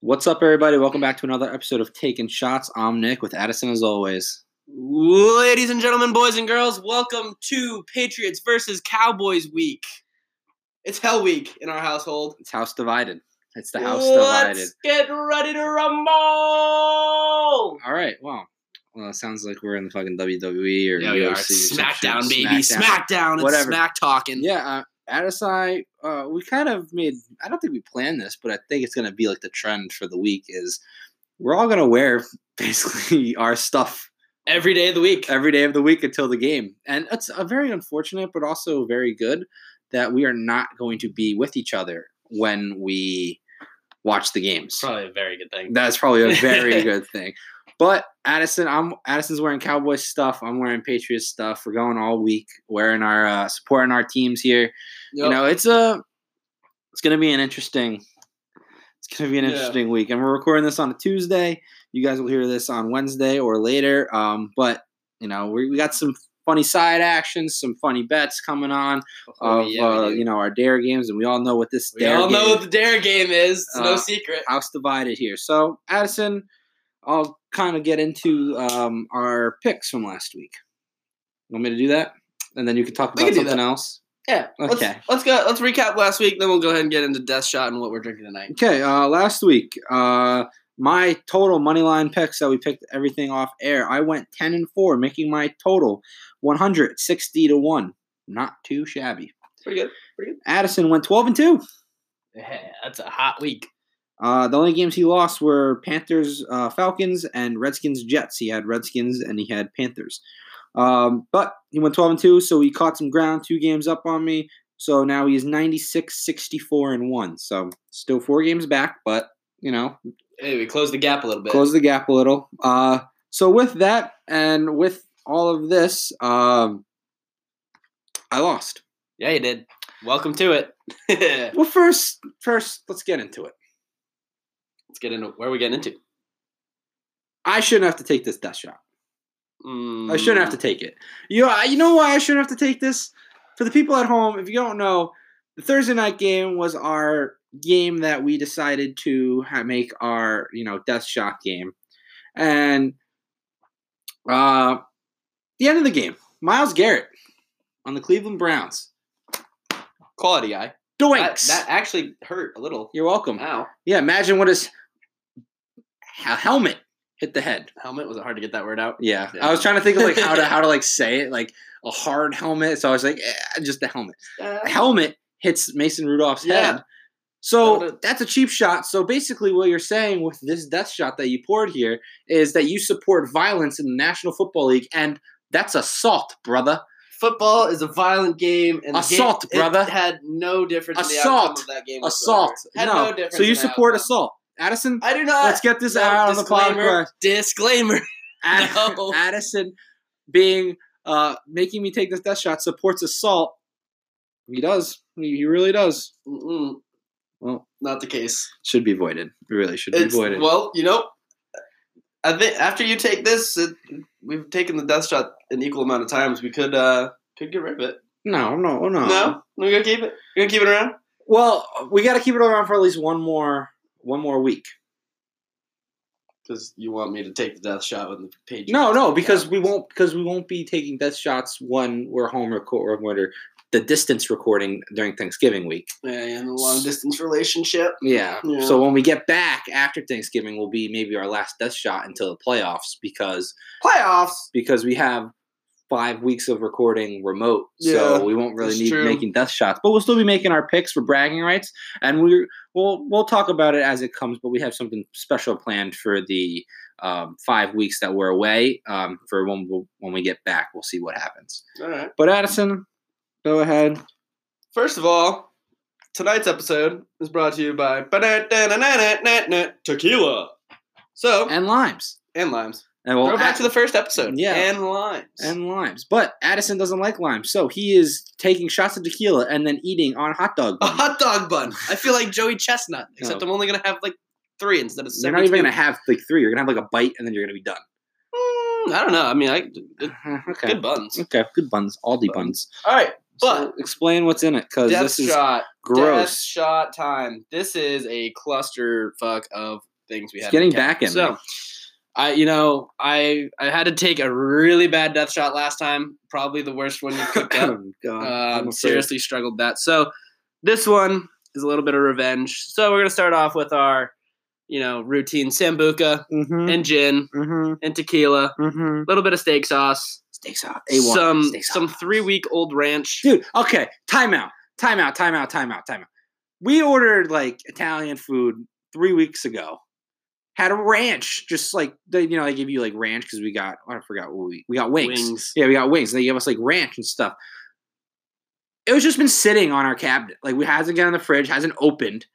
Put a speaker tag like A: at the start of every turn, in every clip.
A: What's up, everybody? Welcome back to another episode of Taking Shots. I'm Nick with Addison, as always.
B: Ladies and gentlemen, boys and girls, welcome to Patriots versus Cowboys week. It's Hell Week in our household.
A: It's house divided. It's the house divided.
B: Let's get ready to rumble!
A: All right. Wow. Well, it sounds like we're in the fucking WWE or
B: Yeah, we are.
A: UFC or some
B: SmackDown,
A: shit.
B: baby.
A: Smackdown.
B: SmackDwn. It's
A: Whatever.
B: smack talking.
A: Yeah. Uh, Addison, uh, we kind of made. I don't think we planned this, but I think it's going to be like the trend for the week is we're all going to wear basically our stuff
B: Every day of the week.
A: every day of the week until the game. And it's a very unfortunate, but also very good that we are not going to be with each other when we watch the games.
B: Probably a very good thing.
A: That's probably a very good thing. But Addison, I'm Addison's wearing Cowboys stuff. I'm wearing Patriots stuff. We're going all week wearing our uh, supporting our teams here. You know, it's a it's gonna be an interesting it's gonna be an
B: Yeah.
A: interesting week. And we're recording this on a Tuesday. You guys will hear this on Wednesday or later. Um, but you know, we, we got some funny side actions, some funny bets coming on
B: Oh,
A: of
B: yeah, we
A: uh,
B: do.
A: you know our dare games, and we all know what this
B: we
A: dare
B: all know
A: game-
B: what the dare game is. It's
A: Uh,
B: no secret.
A: house divided here. So Addison, I'll kind of get into um, our picks from last week. Want me to do that, and then you can talk
B: We
A: about
B: can do
A: something else.
B: Yeah.
A: okay.
B: Let's, let's go. Let's recap last week, then we'll go ahead and get into Death Shot and what we're drinking tonight.
A: Okay, uh, last week, uh, my total money line picks that we picked everything off air. I went ten and four, making my total one hundred sixty to one. Not too shabby.
B: Pretty good.
A: Addison went twelve and two.
B: Yeah, that's a hot week.
A: Uh, the only games he lost were Panthers, uh, Falcons, and Redskins, Jets. He had Redskins and he had Panthers. Um, but he went 12 and 2, so he caught some ground, two games up on me. So now he's 96, 64, and 1. So still four games back, but, you know,
B: Hey, we closed the gap a little bit.
A: close the gap a little. Uh, so with that and with all of this, um, I lost.
B: Yeah, you did. Welcome to it. Let's
A: Well, first, first, let's get into it.
B: get into where are we getting into.
A: I shouldn't have to take this death shot. I shouldn't have to
B: Mm,
A: take it. You, I- you know why I shouldn't have to take this? For the people at home, if you don't know, the Thursday night game was our game that we decided to ha- make our, you know, death shot game. And uh the end of the game, Miles Garrett on the Cleveland Browns.
B: quality guy. That,
A: Doinks.
B: that actually hurt a little.
A: You're welcome.
B: Ow.
A: Yeah, imagine what his hel- helmet hit the head.
B: Helmet was it hard to get that word out.
A: Yeah.
B: Yeah.
A: I was trying to think of like how to how to like say it, like a hard helmet. So I was like, eh, just the helmet. A helmet hits Mason Rudolph's
B: Yeah.
A: head. So
B: That would've-
A: that's a cheap shot. So basically, what you're saying with this death shot that you poured here is that you support violence in the National Football League, and that's assault, brother.
B: Football is a violent game, and the game-
A: Assault, brother.
B: It had no difference in the
A: Assault.
B: outcome of that game.
A: Assault.
B: whatsoever. Had
A: no.
B: no difference.
A: so you
B: in the
A: support
B: outcome.
A: assault, Addison.
B: I do not.
A: let's get this
B: uh, No,
A: out on the
B: disclaimer.
A: podcast.
B: Disclaimer.
A: Ad-
B: No.
A: Addison being uh, making me take this death shot supports assault. He does. He he really does.
B: Mm-mm,
A: Well,
B: not the case.
A: should be voided. It really should
B: It's,
A: be voided.
B: well, you know, I think after you take this, it, we've taken the death shot an equal amount of times. We could uh could get rid of it.
A: no, no, no.
B: No, we're gonna keep it. We're gonna keep it around.
A: Well, we got to keep it around for at least one more one more week.
B: Because you want me to take the death shot with the page?
A: No, no, because we won't because we won't be taking death shots when we're home record when we're the distance recording during Thanksgiving week.
B: yeah, yeah, in a long distance relationship.
A: Yeah.
B: Yeah.
A: So when we get back after Thanksgiving will be maybe our last death shot until the playoffs because
B: Playoffs.
A: because we have five weeks of recording remote,
B: Yeah,
A: so we won't really
B: that's
A: need
B: true.
A: making death shots. But we'll still be making our picks for bragging rights, and we we'll we'll talk about it as it comes. But we have something special planned for the um, five weeks that we're away. Um, for when we when we get back, we'll see what happens.
B: All right.
A: But Addison, go ahead.
B: First of all, tonight's episode is brought to you by tequila. So and,
A: And limes,
B: limes.
A: and well,
B: Go back
A: Ad-
B: to the first episode.
A: Yeah.
B: and limes.
A: and limes. But Addison doesn't like limes, so he is taking shots of tequila and then eating on hot dog.
B: A
A: buns.
B: hot dog bun. I feel like Joey Chestnut, except
A: No.
B: I'm only gonna have like three instead of 7
A: You're not even gonna have like three. You're gonna have like a bite, and then you're gonna be done.
B: Mm, I don't know. I mean, I good,
A: okay.
B: good buns.
A: Okay, good buns, Aldi
B: Mm-hmm, Buns.
A: buns.
B: All right,
A: So explain what's in it, because
B: death
A: this is
B: shot, death
A: gross.
B: shot time. This is a cluster fuck of things we
A: It's
B: had.
A: getting
B: to count.
A: back in
B: So,
A: me.
B: I you know I I had to take a really bad death shot last time. Probably the worst one you cooked up.
A: Oh, God,
B: Um,
A: I'm afraid.
B: seriously struggled that. So this one is a little bit of revenge. So we're gonna start off with our, you know, routine sambuca
A: Mhm,
B: and gin
A: mhm,
B: and tequila,
A: mhm.
B: a little bit of steak sauce,
A: Steak sauce. A1.
B: some
A: steak sauce.
B: some three week old ranch.
A: Dude, okay. Timeout. Timeout. Timeout. Timeout. Timeout. We ordered like Italian food three weeks ago. Had a ranch, just like they, you know, they give you like ranch because we got I forgot what we we got wings.
B: Wings.
A: Yeah, we got wings. They gave us like ranch and stuff. It was just been sitting on our cabinet. Like we hasn't got in the fridge, hasn't opened.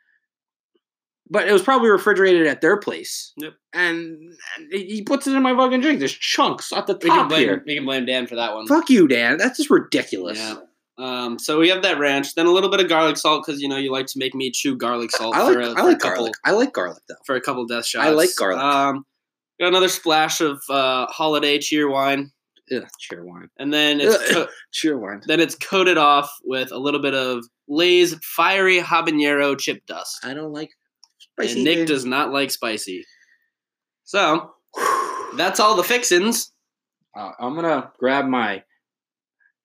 A: But it was probably refrigerated at their place.
B: Yep.
A: And, and he he puts it in my fucking drink. There's chunks at the
B: We can
A: top
B: blame
A: here.
B: we can blame Dan for that one.
A: Fuck you, Dan. That's just ridiculous.
B: Yeah. Um, so we have that ranch, then a little bit of garlic salt because you know you like to make me chew garlic salt.
A: I like
B: for a,
A: I
B: for a
A: like
B: couple,
A: garlic. I like garlic though.
B: for a couple death shots.
A: I like garlic.
B: Um, got another splash of uh, holiday cheer wine,
A: Ugh, cheer wine.
B: and then it's co-
A: Cheer wine.
B: then it's coated off with a little bit of Lay's fiery habanero chip dust.
A: I don't like spicy.
B: and Nick
A: things.
B: does not like spicy, so that's all the fixins.
A: Uh, I'm gonna grab my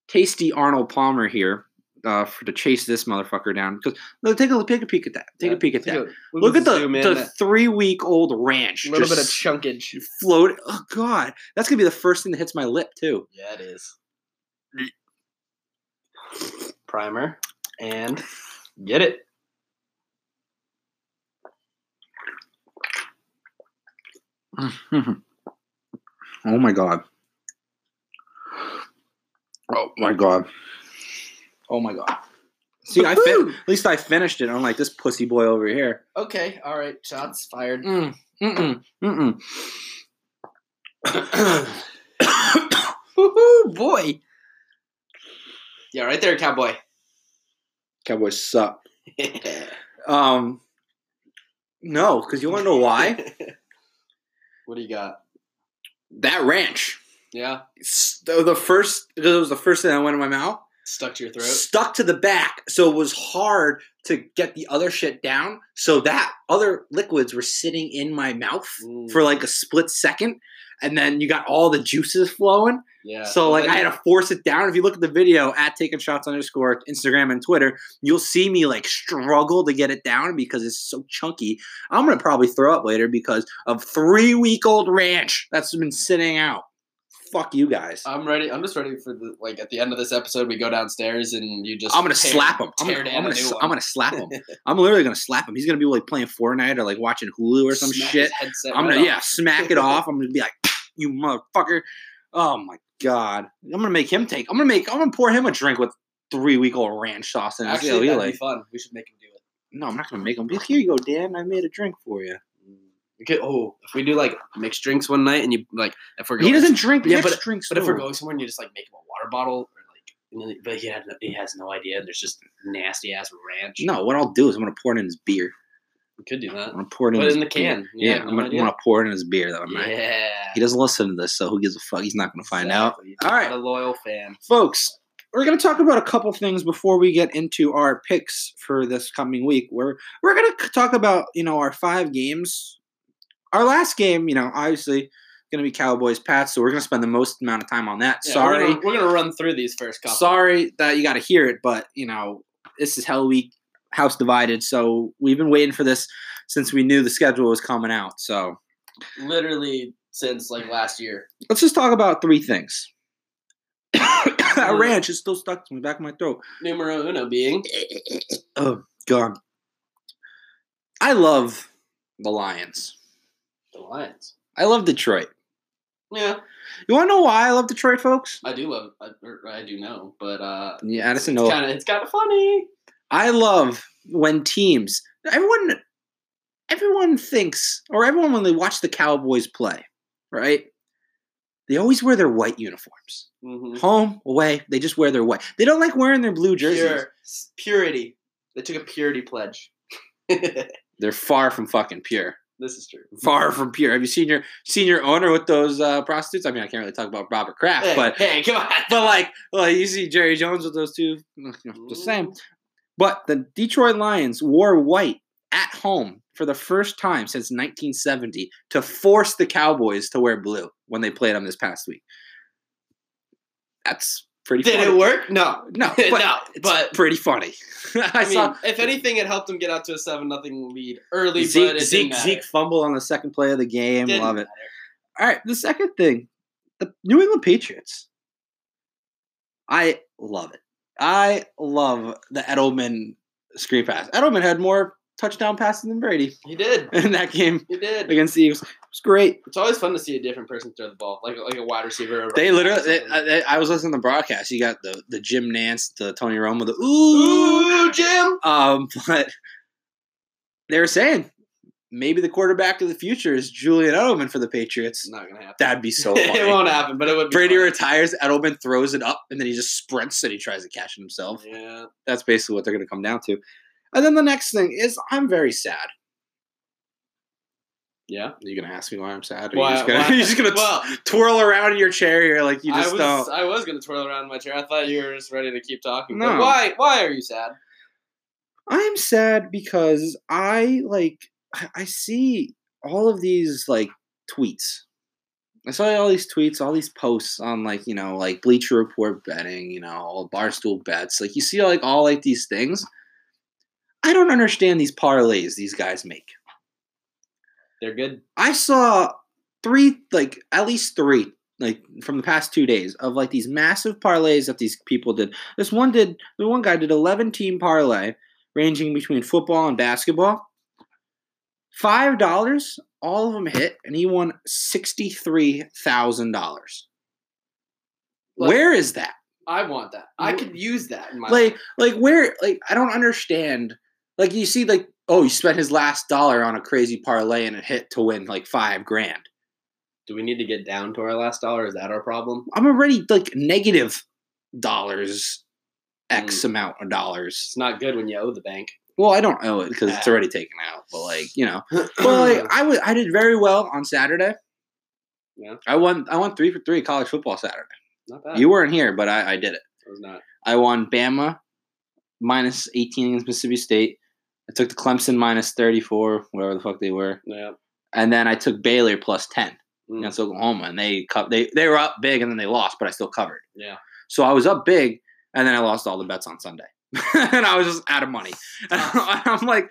A: tasty Arnold Palmer here uh, for, to chase this motherfucker down because look, take a take a peek at that. Take a peek at that. Look at the, the three week old ranch.
B: little bit of
A: just
B: chunkage.
A: float. Oh god, that's gonna be the first thing that hits my lip too.
B: Yeah, it is. Primer and get it.
A: Oh my god. Oh my god. Oh my god. See, I fin-
B: Woo-hoo!
A: at least I finished it. I'm like this pussy boy over here.
B: Okay, all right. Shots fired.
A: Mm, mm-mm, mm-mm.
B: Woohoo, boy. Yeah, right there, cowboy.
A: Cowboys suck. Um, no, because you want to know why?
B: what do you got?
A: that ranch.
B: Yeah,
A: It's the the first because it was the first thing that went in my mouth.
B: stuck to your throat.
A: Stuck to the back, so it was hard to get the other shit down. So that other liquids were sitting in my mouth
B: Mm.
A: for like a split second, and then you got all the juices flowing.
B: Yeah.
A: So like
B: Well,
A: I
B: then-
A: had to force it down. If you look at the video at taking shots underscore Instagram and Twitter, you'll see me like struggle to get it down because it's so chunky. I'm gonna probably throw up later because of three week old ranch that's been sitting out. Fuck you guys.
B: I'm ready. I'm just ready for the like at the end of this episode. We go downstairs and you just.
A: I'm gonna
B: tear-
A: slap him. I'm
B: Tear
A: gonna,
B: down
A: I'm,
B: a
A: gonna,
B: new
A: s-
B: one.
A: I'm gonna slap him. I'm literally gonna slap him. He's gonna be like playing Fortnite or like watching Hulu or some
B: Smack
A: shit.
B: his headset
A: I'm
B: right
A: gonna
B: off.
A: yeah, smack it off. I'm gonna be like, you motherfucker. Oh my god. I'm gonna make him take. I'm gonna make. I'm gonna pour him a drink with three week old ranch sauce in it. See how
B: Actually,
A: he
B: that'd
A: like-
B: be fun. We should make him do it.
A: No, I'm not gonna make him. Be like, Here you go, Dan. I made a drink for you.
B: We could, oh, if we do like mixed drinks one night and you like, if we're going,
A: He doesn't drink
B: Yeah,
A: mixed drinks.
B: But if
A: though.
B: we're going somewhere and you just like make him a water bottle, or like, and then, but he had no, he has no idea. There's just nasty ass ranch.
A: no, what I'll do is I'm gonna pour it in his beer.
B: we could do that.
A: I'm gonna pour it in,
B: Put it
A: his
B: in the
A: beer.
B: can.
A: Yeah,
B: Yeah,
A: I'm,
B: no
A: gonna, I'm
B: idea.
A: gonna pour it in his beer though. I'm not-
B: Yeah.
A: He doesn't listen to this, so who gives a fuck? He's not gonna find out.
B: Exactly.
A: All right.
B: Not a loyal fan.
A: folks we're going to talk about a couple things before we get into our picks for this coming week we're we're going to talk about you know our five games our last game you know obviously going to be cowboys pats so we're going to spend the most amount of time on that
B: Yeah,
A: sorry
B: We're gonna, we're gonna run through these first couple.
A: sorry that you got to hear it but you know this is hell week house divided so we've been waiting for this since we knew the schedule was coming out so
B: Literally since like last year.
A: let's just talk about three things that
B: Mm.
A: ranch is still stuck to the back of my throat
B: Numero uno being
A: oh god i love the lions
B: the Lions.
A: i love detroit
B: Yeah,
A: you want to know why i love detroit folks
B: I do love. I, or I do know, but uh,
A: yeah addison
B: it's
A: no
B: kind of it's kind of funny.
A: i love when teams everyone everyone thinks or everyone when they watch the cowboys play right they always wear their white uniforms
B: Mm-hmm.
A: home away they just wear their white they don't like wearing their blue jerseys
B: Pure, purity. They took a purity pledge. this
A: they're far from fucking pure
B: is true.
A: far from pure have you seen your seen your owner with those uh, prostitutes i mean i can't really talk about robert kraft
B: Hey,
A: but
B: hey, come on.
A: but like, like you see Jerry Jones with those two, you know, just saying. But the Detroit Lions wore white at home for the first time since 1970 to force the Cowboys to wear blue when they played them this past week. That's pretty
B: Did
A: funny.
B: it work? No.
A: No, but
B: No,
A: it's
B: but-
A: pretty funny. I,
B: I, mean,
A: saw
B: if anything, it helped him get out to a seven nothing lead early. but
A: Zeke,
B: it
A: Zeke, Zeke fumble on the second play of the game.
B: Didn't
A: Love it. All right, the second thing, the New England Patriots. I love it. I love the Edelman screen pass. Edelman had more touchdown passes than Brady
B: He did.
A: in that game
B: He did.
A: against the Eagles. It was great.
B: It's always fun to see a different person throw the ball, like like a wide receiver. or a
A: They
B: running
A: literally.
B: back or
A: They,
B: something.
A: I, they- I was listening to the broadcast. You got the the Jim Nance, the Tony Romo, the ooh
B: Ooh, Jim.
A: Um, but they were saying maybe the quarterback of the future is Julian Edelman for the Patriots.
B: It's not gonna happen.
A: That'd be so
B: it
A: funny.
B: won't happen, but it would. Be
A: Brady
B: funny.
A: retires, Edelman throws it up, and then he just sprints and he tries to catch it himself.
B: Yeah.
A: That's basically what they're going to come down to. And then the next thing is I'm very sad.
B: Yeah.
A: Are you going to ask me why I'm sad? Or
B: Why-
A: are you just gonna-
B: why-
A: you're just going to
B: Well,
A: twirl around in your chair. You're like, you
B: I
A: just
B: was
A: don't.
B: I was gonna twirl around in my chair. I thought you were just ready to keep talking. but
A: No.
B: why why are you sad?
A: I'm sad because I like I- I see all of these like tweets. I saw all these tweets, all these posts on like, you know, like Bleacher Report betting, you know, all barstool bets. Like you see like all like these things. I don't understand these parlays these guys make.
B: They're good.
A: I saw three, like at least three, like from the past two days of like these massive parlays that these people did. This one did, the one guy did 11 team parlay ranging between football and basketball. $5, all of them hit, and he won $63,000.
B: Look,
A: Where is that?
B: I want that. I
A: Wh-
B: could use that in my life.
A: like like where like i don't understand like you see like oh he spent his last dollar on a crazy parlay and it hit to win like five grand
B: Do we need to get down to our last dollar? Is that our problem?
A: i'm already like negative dollars x amount of dollars
B: It's not good when you owe the bank.
A: well i don't owe it because it's
B: Ah.
A: already taken out but like you know but like i was i did very well on saturday
B: Yeah.
A: i won i won three for three college football saturday
B: not bad.
A: you weren't here but i i did it
B: It was not.
A: I won Bama minus 18 against Mississippi State. I took the Clemson minus 34, whatever the fuck they were.
B: Yeah.
A: And then I took Baylor plus 10
B: Mm.
A: against Oklahoma. And they, co- they they were up big and then they lost, but I still covered.
B: Yeah.
A: So I was up big and then I lost all the bets on Sunday. and I was just out of money. And I'm like,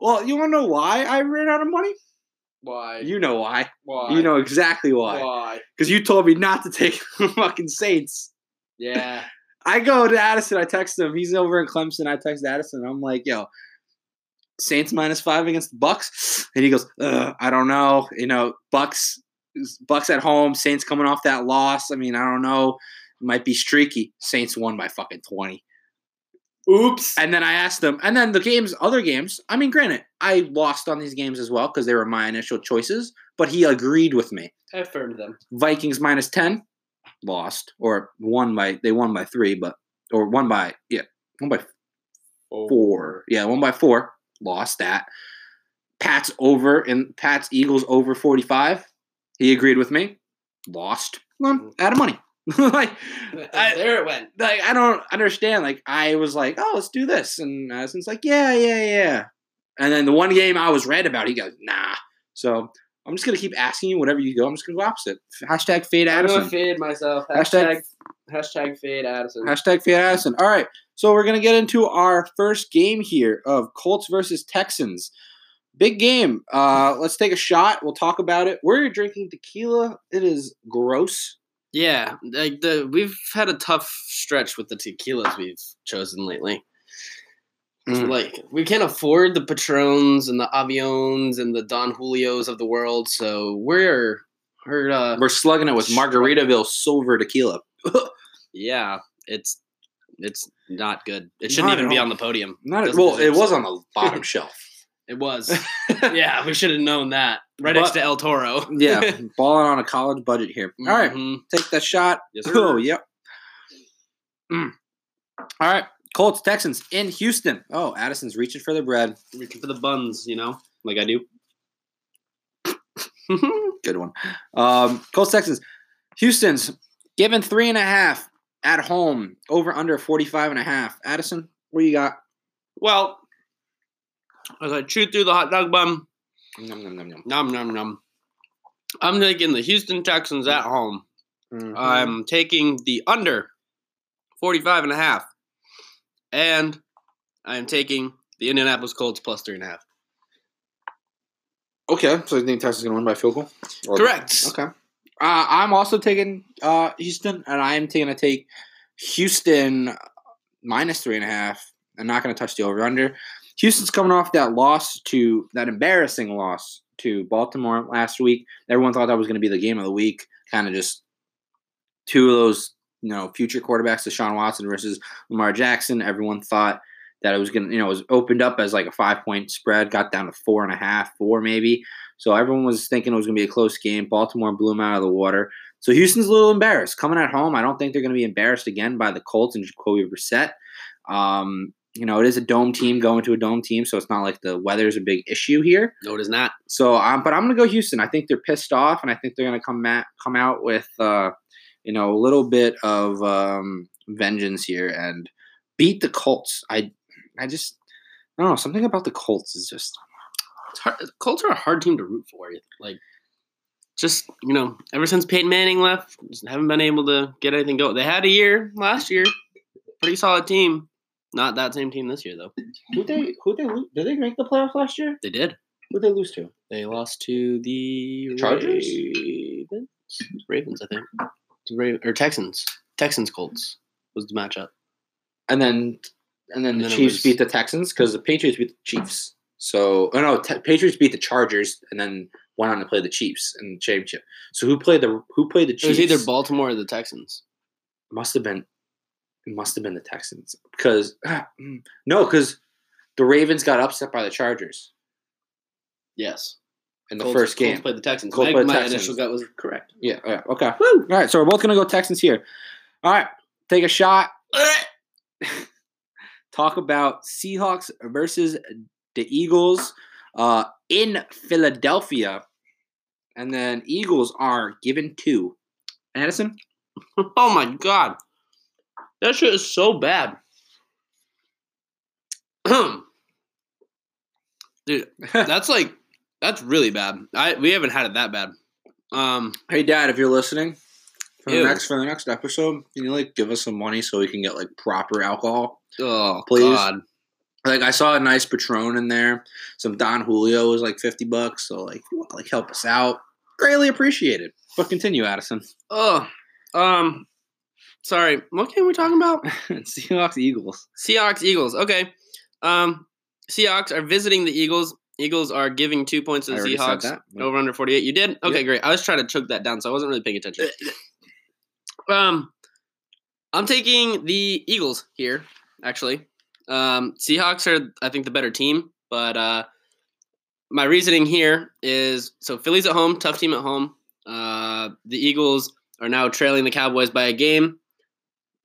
A: well, you want to know why I ran out of money?
B: Why?
A: You know why.
B: why?
A: You know exactly why.
B: why?
A: Because you told me not to take the fucking Saints.
B: Yeah.
A: I go to Addison. I text him. He's over in Clemson. I text Addison. I'm like, yo, Saints minus five against the Bucks, and he goes, Ugh, I don't know. You know, Bucks, Bucks at home. Saints coming off that loss. I mean, I don't know. Might be streaky. Saints won by fucking twenty.
B: Oops.
A: And then I asked them. And then the games, other games. I mean, granted, I lost on these games as well because they were my initial choices. But he agreed with me.
B: I affirmed them.
A: Vikings minus ten, lost or won by they won by three, but or won by yeah one by four yeah one by four lost that. Pats over and Pats Eagles over forty five. He agreed with me, lost Um, out of money. like
B: And
A: I-
B: there it went.
A: like I don't understand. Like I was like oh let's do this and Addison's like yeah yeah yeah, and then the one game I was right about he goes nah so. I'm just gonna keep asking you whatever you go. I'm just gonna go opposite. Hashtag fade
B: I'm
A: Addison.
B: gonna fade myself. Hashtag
A: Hashtag-
B: hashtag fade Addison.
A: Hashtag Fiat Addison. All right. So we're going to get into our first game here of Colts versus Texans. Big game. Uh, let's take a shot. We'll talk about it. We're drinking tequila. It is gross.
B: Yeah, like the we've had a tough stretch with the tequilas we've chosen lately.
A: Mm.
B: Like we can't afford the Patrons and the Avions and the Don Julios of the world, so we're we're uh,
A: We're slugging it with Margaritaville Silver Tequila.
B: yeah, it's it's not good. It shouldn't
A: Not
B: even
A: at
B: be
A: all.
B: on the podium.
A: Not
B: Doesn't
A: well. It
B: deserve
A: was
B: it.
A: on the bottom shelf.
B: It was. yeah, we should have known that. Right next
A: But-
B: to El Toro.
A: Yeah, Mm-hmm. balling on a college budget here. All right,
B: Mhm.
A: take that shot.
B: Yes,
A: Oh,
B: sir.
A: yep. Mm. All right, Colts Texans in Houston. Oh, Addison's reaching for the bread.
B: Reaching for the buns, you know, like I do.
A: Good one. Um, Colts Texans. Houston's given three and a half at home, over under 45 and a half. Addison, what do you got?
B: Well, As I chew through the hot dog bun,
A: Nom, nom, nom, nom.
B: nom nom nom. I'm taking the Houston Texans at home. Mm-hmm.
A: Mhm.
B: I'm taking the under 45 and a half. And I'm taking the Indianapolis Colts plus three and a half.
A: okay, so you think Texas is going to win by field goal? Or-
B: Correct.
A: Okay. Uh, I'm also taking uh, Houston, and I'm going to take Houston minus three and a half. I'm not going to touch the over under. Houston's coming off that loss to that embarrassing loss to Baltimore last week. Everyone thought that was going to be the game of the week. Kind of just two of those, you know, future quarterbacks, Deshaun Watson versus Lamar Jackson. Everyone thought that it was going to, you know, it was opened up as like a five point spread, got down to four and a half, four maybe. So everyone was thinking it was going to be a close game. Baltimore blew them out of the water. So Houston's a little embarrassed coming at home. I don't think they're going to be embarrassed again by the Colts and Jacoby Brissett. Um, you know, it is a dome team going to a dome team, so it's not like the weather is a big issue here.
B: No, it is not.
A: So, um, but I'm going to go Houston. I think they're pissed off, and I think they're going to come at, come out with uh, you know a little bit of um, vengeance here and beat the Colts. I I just I don't know something about the Colts is just
B: It's hard. Colts are a hard team to root for. Like, just you know, ever since Peyton Manning left, just haven't been able to get anything going. They had a year last year, pretty solid team. Not that same team this year though.
A: who they who they lo- did they make the playoffs last year?
B: They did.
A: Who they lose to?
B: They lost to the
A: Chargers?
B: Ravens. Ravens, I think. To Ra- or Texans. Texans Colts was the matchup.
A: And then and then
B: And
A: the
B: then it
A: Chiefs
B: was-
A: beat the Texans because the Patriots beat the Chiefs. So oh no, te- Patriots beat the Chargers and then went on to play the Chiefs in the championship. So who played the who played the
B: It
A: Chiefs?
B: was either Baltimore or the Texans.
A: must have been it must have been the Texans because mm, no because the Ravens got upset by the Chargers
B: Yes.
A: in the
B: Colts-
A: first game.
B: Colts played the Texans.
A: Colts
B: my
A: played the
B: my
A: Texans.
B: initial gut was correct.
A: yeah, yeah. Okay. All right. So we're both gonna go Texans here. All right. Take a shot. talk about Seahawks versus the Eagles uh, in Philadelphia. And then Eagles are given two. Addison?
B: oh my god. That shit is so bad. Dude, that's like that's really bad. I we haven't had it that bad. Um
A: hey, Dad, if you're listening, for the,
B: Ew.
A: next, for the next episode, can you, like, give us some money so we can get, like, proper alcohol?
B: oh
A: Please.
B: god.
A: Like, I saw a nice Patron in there. Some Don Julio was, like, 50 bucks. So, like, if you want to, like, help us out, greatly appreciated. But continue, Addison.
B: Oh, um, sorry. What game we talking about?
A: Seahawks, Eagles.
B: Seahawks, Eagles. Okay. Um, Seahawks are visiting the Eagles. Eagles are giving two points to
A: I
B: the
A: already said
B: Seahawks.
A: that.
B: Over under 48. You did? Okay,
A: Yep.
B: great. I was trying to choke that down, so I wasn't really paying attention. Um, I'm taking the Eagles here, actually. Um, Seahawks are, I think, the better team, but uh, my reasoning here is so Philly's at home, tough team at home. Uh, the Eagles are now trailing the Cowboys by a game.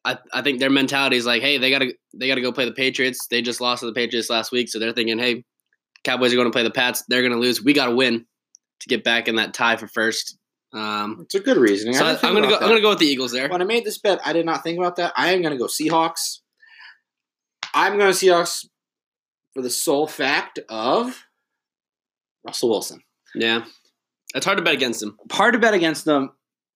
B: I, I think their mentality is like, hey, they gotta they gotta go play the Patriots. They just lost to the Patriots last week, so they're thinking, hey, Cowboys are going to play the Pats. They're going to lose. We got to win to get back in that tie for first. Um,
A: It's a good reasoning. I
B: so I,
A: didn't think
B: am going to
A: about
B: go.
A: that.
B: I'm going to go with the Eagles there.
A: When I made this bet, I did not think about that. I am going to go Seahawks. I'm going to Seahawks for the sole fact of Russell Wilson.
B: Yeah, it's hard to bet against them.
A: Hard to bet against them.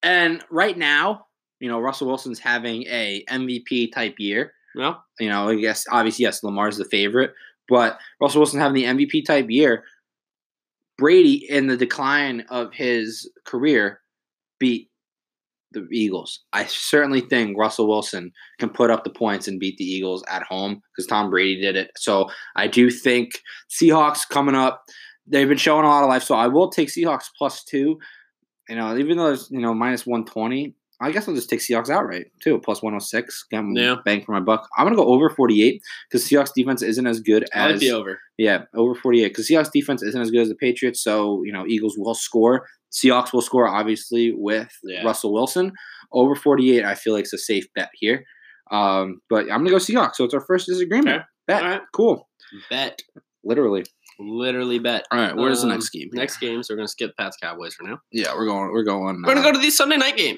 A: And right now, you know, Russell Wilson's having a MVP type year.
B: Well,
A: You know, I guess obviously yes, Lamar's the favorite, but Russell Wilson having the MVP type year. Brady in the decline of his career beat the Eagles. I certainly think Russell Wilson can put up the points and beat the Eagles at home because Tom Brady did it. So I do think Seahawks coming up. They've been showing a lot of life, so I will take Seahawks plus two. You know, even though it's you know minus one twenty, I guess I'll just take Seahawks outright too, plus one hundred six. Get
B: Yeah.
A: yeah. bang for my buck. I'm gonna go over forty eight because Seahawks defense isn't as good
B: I like
A: as
B: the over.
A: yeah, over 48. Because Seahawks defense isn't as good as the Patriots, so you know Eagles will score. Seahawks will score, obviously, with
B: Yeah.
A: Russell Wilson. Over 48, I feel like it's a safe bet here. Um, but I'm gonna go Seahawks. So it's our first disagreement.
B: Okay.
A: Bet.
B: All right.
A: Cool.
B: Bet,
A: Literally.
B: literally bet.
A: All right. Where's the
B: Um,
A: next game?
B: Next game, so we're going to skip Pats Cowboys for now.
A: Yeah, we're going. We're going.
B: We're going
A: uh,
B: to go to the Sunday night game.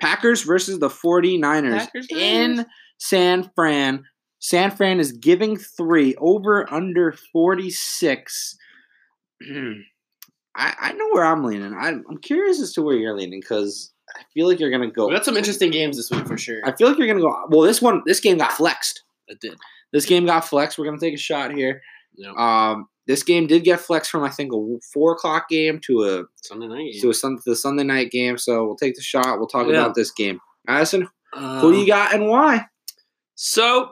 A: Packers versus the 49ers
B: Packers,
A: in
B: Niners.
A: San Fran. San Fran is giving three over under 46. I, I know where I'm leaning. I'm, I'm curious as to where you're leaning because I feel like you're going to go.
B: We got some interesting games this week for sure.
A: I feel like you're going to go. Well, this one, this game got flexed.
B: It did.
A: This game got flexed. We're going to take a shot here.
B: You know,
A: Um, this game did get flexed from I think a four o'clock game to a
B: Sunday night game.
A: to a Sun- to the Sunday night game. So we'll take the shot. We'll talk
B: Yeah.
A: about this game. Madison, who
B: Um,
A: do you got and why?
B: So,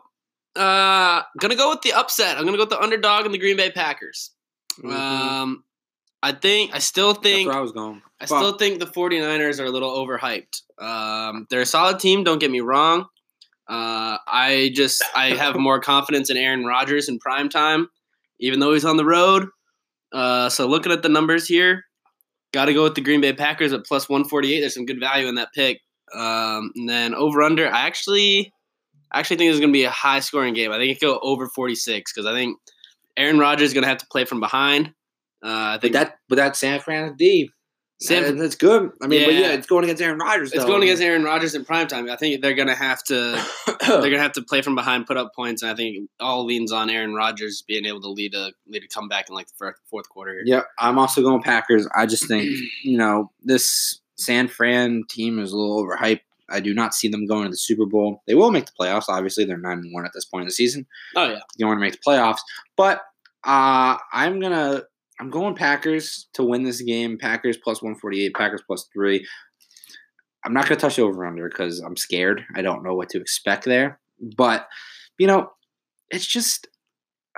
B: uh, gonna go with the upset. I'm gonna go with the underdog and the Green Bay Packers.
A: Mhm.
B: Um, I think I still
A: That's
B: think
A: where I was going.
B: I still think the 49ers are a little overhyped. Um, they're a solid team, don't get me wrong. Uh, I just I have more confidence in Aaron Rodgers in prime time, even though he's on the road. Uh, so looking at the numbers here, got to go with the Green Bay Packers at plus 148. There's some good value in that pick. Um, and then over under, I actually I actually think this is going to be a high scoring game. I think it go over 46 because I think Aaron Rodgers is going to have to play from behind. Uh, I
A: But
B: think
A: that but that San Fran D.
B: San-
A: San, that's good. I mean, but
B: Yeah.
A: yeah, it's going against Aaron Rodgers.
B: It's
A: though.
B: going against Aaron Rodgers in prime time. I think they're gonna have to they're gonna have to play from behind, put up points, and I think it all leans on Aaron Rodgers being able to lead a lead a comeback in like the fir- fourth quarter. here.
A: Yep, I'm also going Packers. I just think you know this San Fran team is a little overhyped. I do not see them going to the Super Bowl. They will make the playoffs. Obviously, they're nine and one at this point in the season.
B: Oh yeah,
A: you want to make the playoffs. But uh, I'm gonna I'm going Packers to win this game. Packers plus 148. Packers plus three. I'm not gonna touch the over under because I'm scared. I don't know what to expect there. But you know, it's just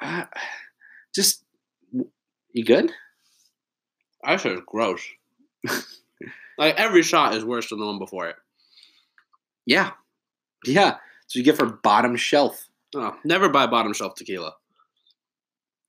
A: uh, just you good.
B: that shit is gross. like every shot is worse than the one before it.
A: Yeah, yeah. So you get for bottom shelf.
B: Oh, never buy bottom shelf tequila.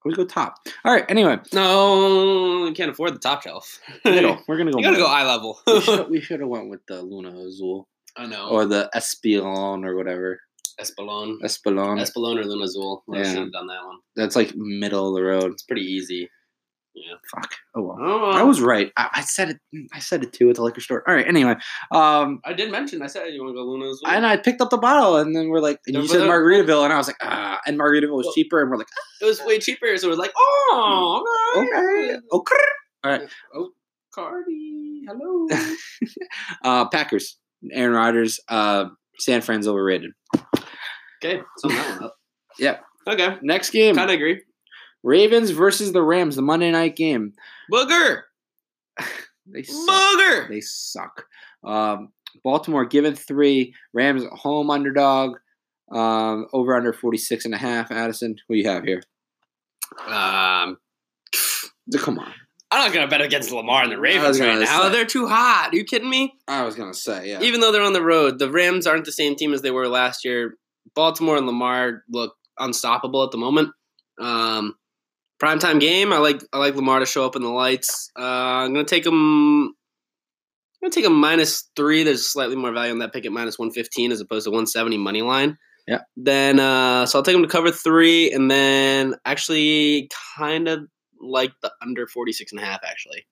A: We go top. All right. Anyway,
B: No, you can't afford the top shelf.
A: middle. We're gonna go.
B: you gotta go
A: middle.
B: eye level.
A: we should- we should have went with the Luna Azul
B: I know.
A: or the Espillon or whatever.
B: Espelon,
A: Espillon.
B: Espelon or Luna Azul. I
A: Yeah.
B: should have done that one.
A: That's like middle of the road.
B: It's pretty easy.
A: Fuck. Oh well.
B: Oh,
A: I was right. I, I said it. I said it too at the liquor store. All right. Anyway, um,
B: I did mention. I said you want to go Luna Azul.
A: and I picked up the bottle, and then we're like, and
B: Yeah,
A: you
B: but
A: said
B: that-
A: Margaritaville, and I was like, ah, and Margaritaville was
B: Well-
A: cheaper, and we're like,
B: it was way cheaper. So it was like, oh, all right.
A: okay, okay.
B: Oh, Cardi, hello.
A: Uh, Packers, Aaron Rodgers, uh, San Fran's overrated.
B: okay, sum that one up.
A: Yep.
B: Okay,
A: Next game,
B: kind of agree.
A: Ravens versus the Rams, the Monday night game.
B: Booger,
A: They suck.
B: booger.
A: They suck. Um, Baltimore given three. Rams home underdog. Um, over under 46 and a half. Addison, who you have here?
B: Um,
A: Come on.
B: I'm not gonna bet against Lamar and the
A: I
B: Ravens
A: was
B: right
A: gonna
B: now.
A: say.
B: They're too hot. Are you kidding me?
A: I was gonna say, yeah.
B: Even though they're on the road, the Rams aren't the same team as they were last year. Baltimore and Lamar look unstoppable at the moment. Um, primetime game. I like I like Lamar to show up in the lights. Uh, I'm gonna take him. I'm gonna take a minus three. There's slightly more value on that pick at minus one fifteen as opposed to one seventy money line.
A: Yeah.
B: Then uh, so I'll take him to cover three, and then actually kind of like the under 46 and a half actually.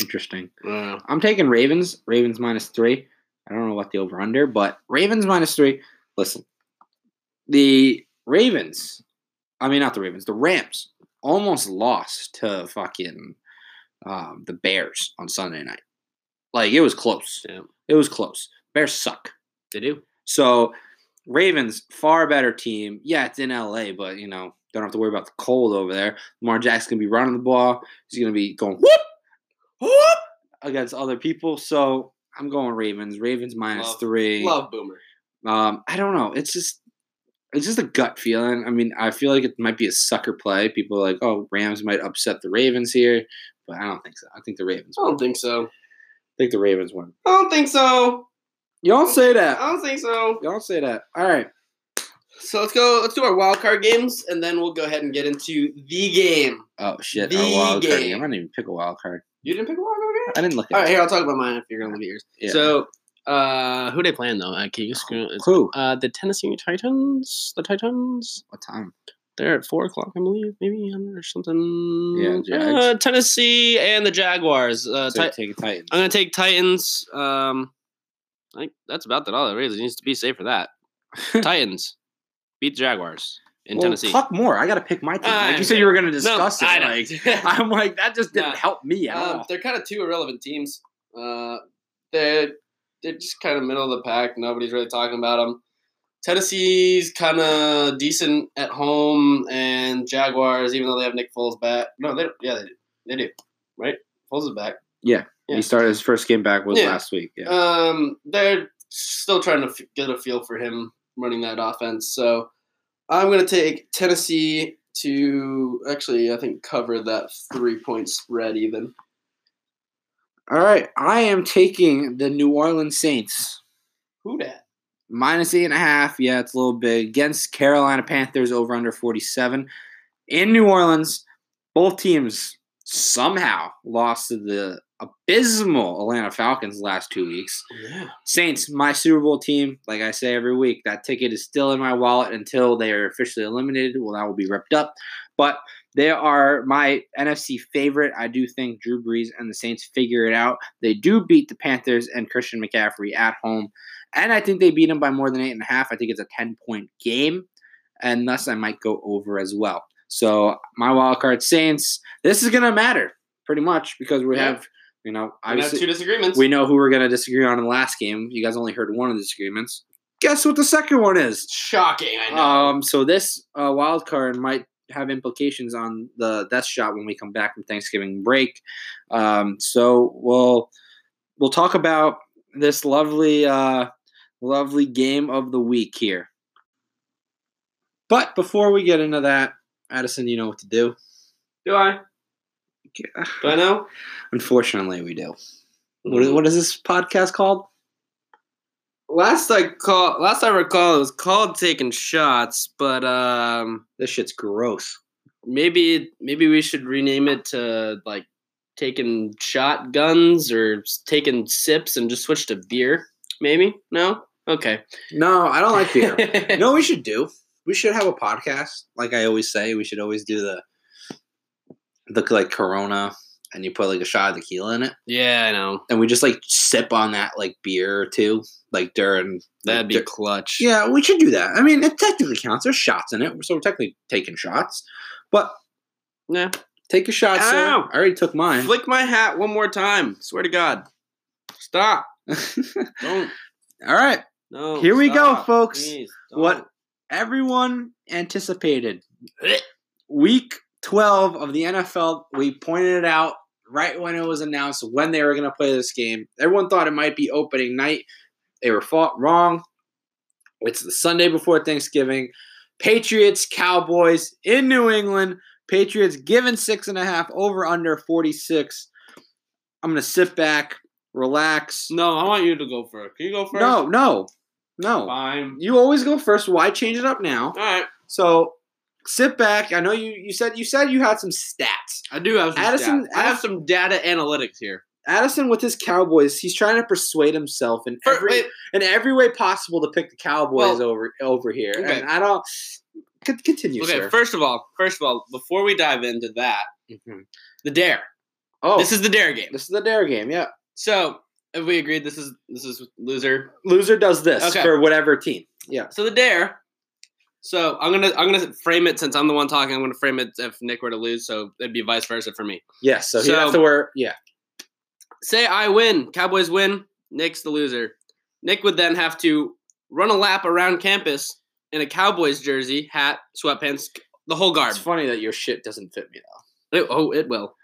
A: Interesting.
B: Uh,
A: I'm taking Ravens. Ravens minus three. I don't know what the over under, but Ravens minus three. Listen, the Ravens. I mean, not the Ravens. The Rams almost lost to fucking um, the Bears on Sunday night. Like it was close.
B: Yeah.
A: It was close. Bears suck.
B: they do.
A: So Ravens far better team. Yeah, it's in LA, but you know don't have to worry about the cold over there. Lamar Jackson's gonna be running the ball. He's gonna be going whoop whoop against other people. So I'm going Ravens. Ravens minus
B: Love-
A: three.
B: Love Boomer.
A: Um, I don't know. It's just it's just a gut feeling. I mean, I feel like it might be a sucker play. People are like, oh, Rams might upset the Ravens here, but I don't think so. I think the Ravens.
B: I
A: Win.
B: don't think so.
A: I think the Ravens win.
B: I don't think so.
A: You don't say
B: I
A: that.
B: don't think so.
A: You don't say that. All right.
B: So let's go. Let's do our wild card games, and then we'll go ahead and get into the game.
A: Oh shit!
B: The
A: our wild card.
B: game.
A: I'm not even pick a wild card.
B: You didn't pick a wild card game.
A: I didn't look at
B: All right,
A: it.
B: here I'll talk about mine if you're gonna look at yours.
A: Yeah.
B: So, uh, who they playing though? Uh, can you screw? it's,
A: Who?
B: Uh, the Tennessee Titans. The Titans.
A: What time?
B: They're at four o'clock, I believe, maybe or something.
A: Yeah, Jags.
B: Uh, Tennessee and the Jaguars. Uh,
A: So
B: Ti-
A: take Titans.
B: I'm gonna take Titans. Um, I think that's about that all that really needs to be safe for that. Titans beat the Jaguars in
A: Well,
B: Tennessee.
A: Talk more. I got to pick my team.
B: Ah,
A: like you said,
B: okay.
A: you were going to
B: No,
A: discuss it.
B: I know.
A: like, I'm like that just didn't
B: No.
A: help me at
B: Um,
A: all.
B: they're kind of two irrelevant teams. Uh, they're they're just kind of middle of the pack. Nobody's really talking about them. Tennessee's kind of decent at home, and Jaguars, even though they have Nick Foles back. No, they don't. yeah they do. They do, right? Foles is back. yeah.
A: He started his first game back was
B: Yeah.
A: last week. Yeah.
B: Um, they're still trying to f- get a feel for him running that offense. So I'm going to take Tennessee to actually, I think, cover that three point spread even.
A: all right, I am taking the New Orleans Saints
B: Who dat?
A: minus eight and a half. Yeah, it's a little big against Carolina Panthers over under 47 in New Orleans. Both teams somehow lost to the abysmal Atlanta Falcons last two weeks.
B: Yeah.
A: Saints, my Super Bowl team, like I say every week, that ticket is still in my wallet until they are officially eliminated. Well, that will be ripped up. But they are my NFC favorite. I do think Drew Brees and the Saints figure it out. They do beat the Panthers and Christian McCaffrey at home. And I think they beat them by more than eight and a half. I think it's a 10 point game. And thus, I might go over as well. So, my wild card Saints, this is going to matter pretty much because we
B: Yeah.
A: have, you know,
B: I have
A: obviously.
B: two disagreements.
A: We know who we're going to disagree on in the last game. You guys only heard one of the disagreements. Guess what the second one is?
B: Shocking, I know.
A: Um, so this uh, wild card might have implications on the death shot when we come back from Thanksgiving break. Um, so we'll we'll talk about this lovely uh, lovely game of the week here. But before we get into that, Addison, you know what to do.
B: do I? Do I know?
A: Unfortunately, we do. What is, what is this podcast called?
B: Last I call, last I recall, it was called taking shots, but um,
A: This shit's gross.
B: maybe maybe we should rename it to like taking shotguns or s- taking sips and just switch to beer. Maybe no. Okay.
A: No, I don't like beer. you know
B: no.
A: what we should do? We should have a podcast. Like I always say, we should always do the the like Corona, and you put like a shot of tequila in it,
B: Yeah, I know.
A: and we just like sip on that like beer or two, like during.
B: That'd
A: like,
B: be
A: dur-
B: clutch.
A: yeah, we should do that. I mean, it technically counts. There's shots in it, so we're technically taking shots. But
B: Yeah.
A: take your shot, sir.
B: Ow.
A: I already took mine.
B: Flick my hat one more time. Swear to God. Stop. Don't.
A: All right,
B: No.
A: Here we go,
B: stop.
A: folks.
B: Please,
A: What-
B: don't.
A: everyone anticipated. Week 12 of the NFL, we pointed it out right when it was announced when they were going to play this game. Everyone thought it might be opening night. They were fought wrong. It's the Sunday before Thanksgiving. Patriots, Cowboys in New England. Patriots given six and a half over under 46. I'm going to sit back, relax.
B: No, I want you to go first. Can you go first?
A: No, no, no.
B: Fine.
A: You always go first. Why change it up now?
B: All right.
A: So sit back. I know you you said you said you had some stats.
B: I do have some
A: Addison-
B: data. I have some data analytics here.
A: Addison with his Cowboys, he's trying to persuade himself in
B: Fir-
A: every
B: wait,
A: in every way possible to pick the Cowboys
B: Well,
A: over over here.
B: okay.
A: And I don't con- continue,
B: okay,
A: sir.
B: first of all, first of all, before we dive into that,
A: Mhm.
B: the dare.
A: Oh,
B: This is the dare game.
A: the dare game. Yeah,
B: So, have we agreed this is this is loser?
A: loser does this
B: Okay.
A: for whatever team. Yeah.
B: So the dare. So I'm gonna I'm gonna frame it since I'm the one talking. I'm gonna frame it if Nick were to lose, so it'd be vice versa for me.
A: Yes. So, he
B: So-
A: has to wear. Yeah.
B: Say I win, Cowboys win, Nick's the loser. Nick would then have to run a lap around campus in a Cowboys jersey, hat, sweatpants, the whole garb.
A: It's funny that your shit doesn't fit me
B: It- oh, it will.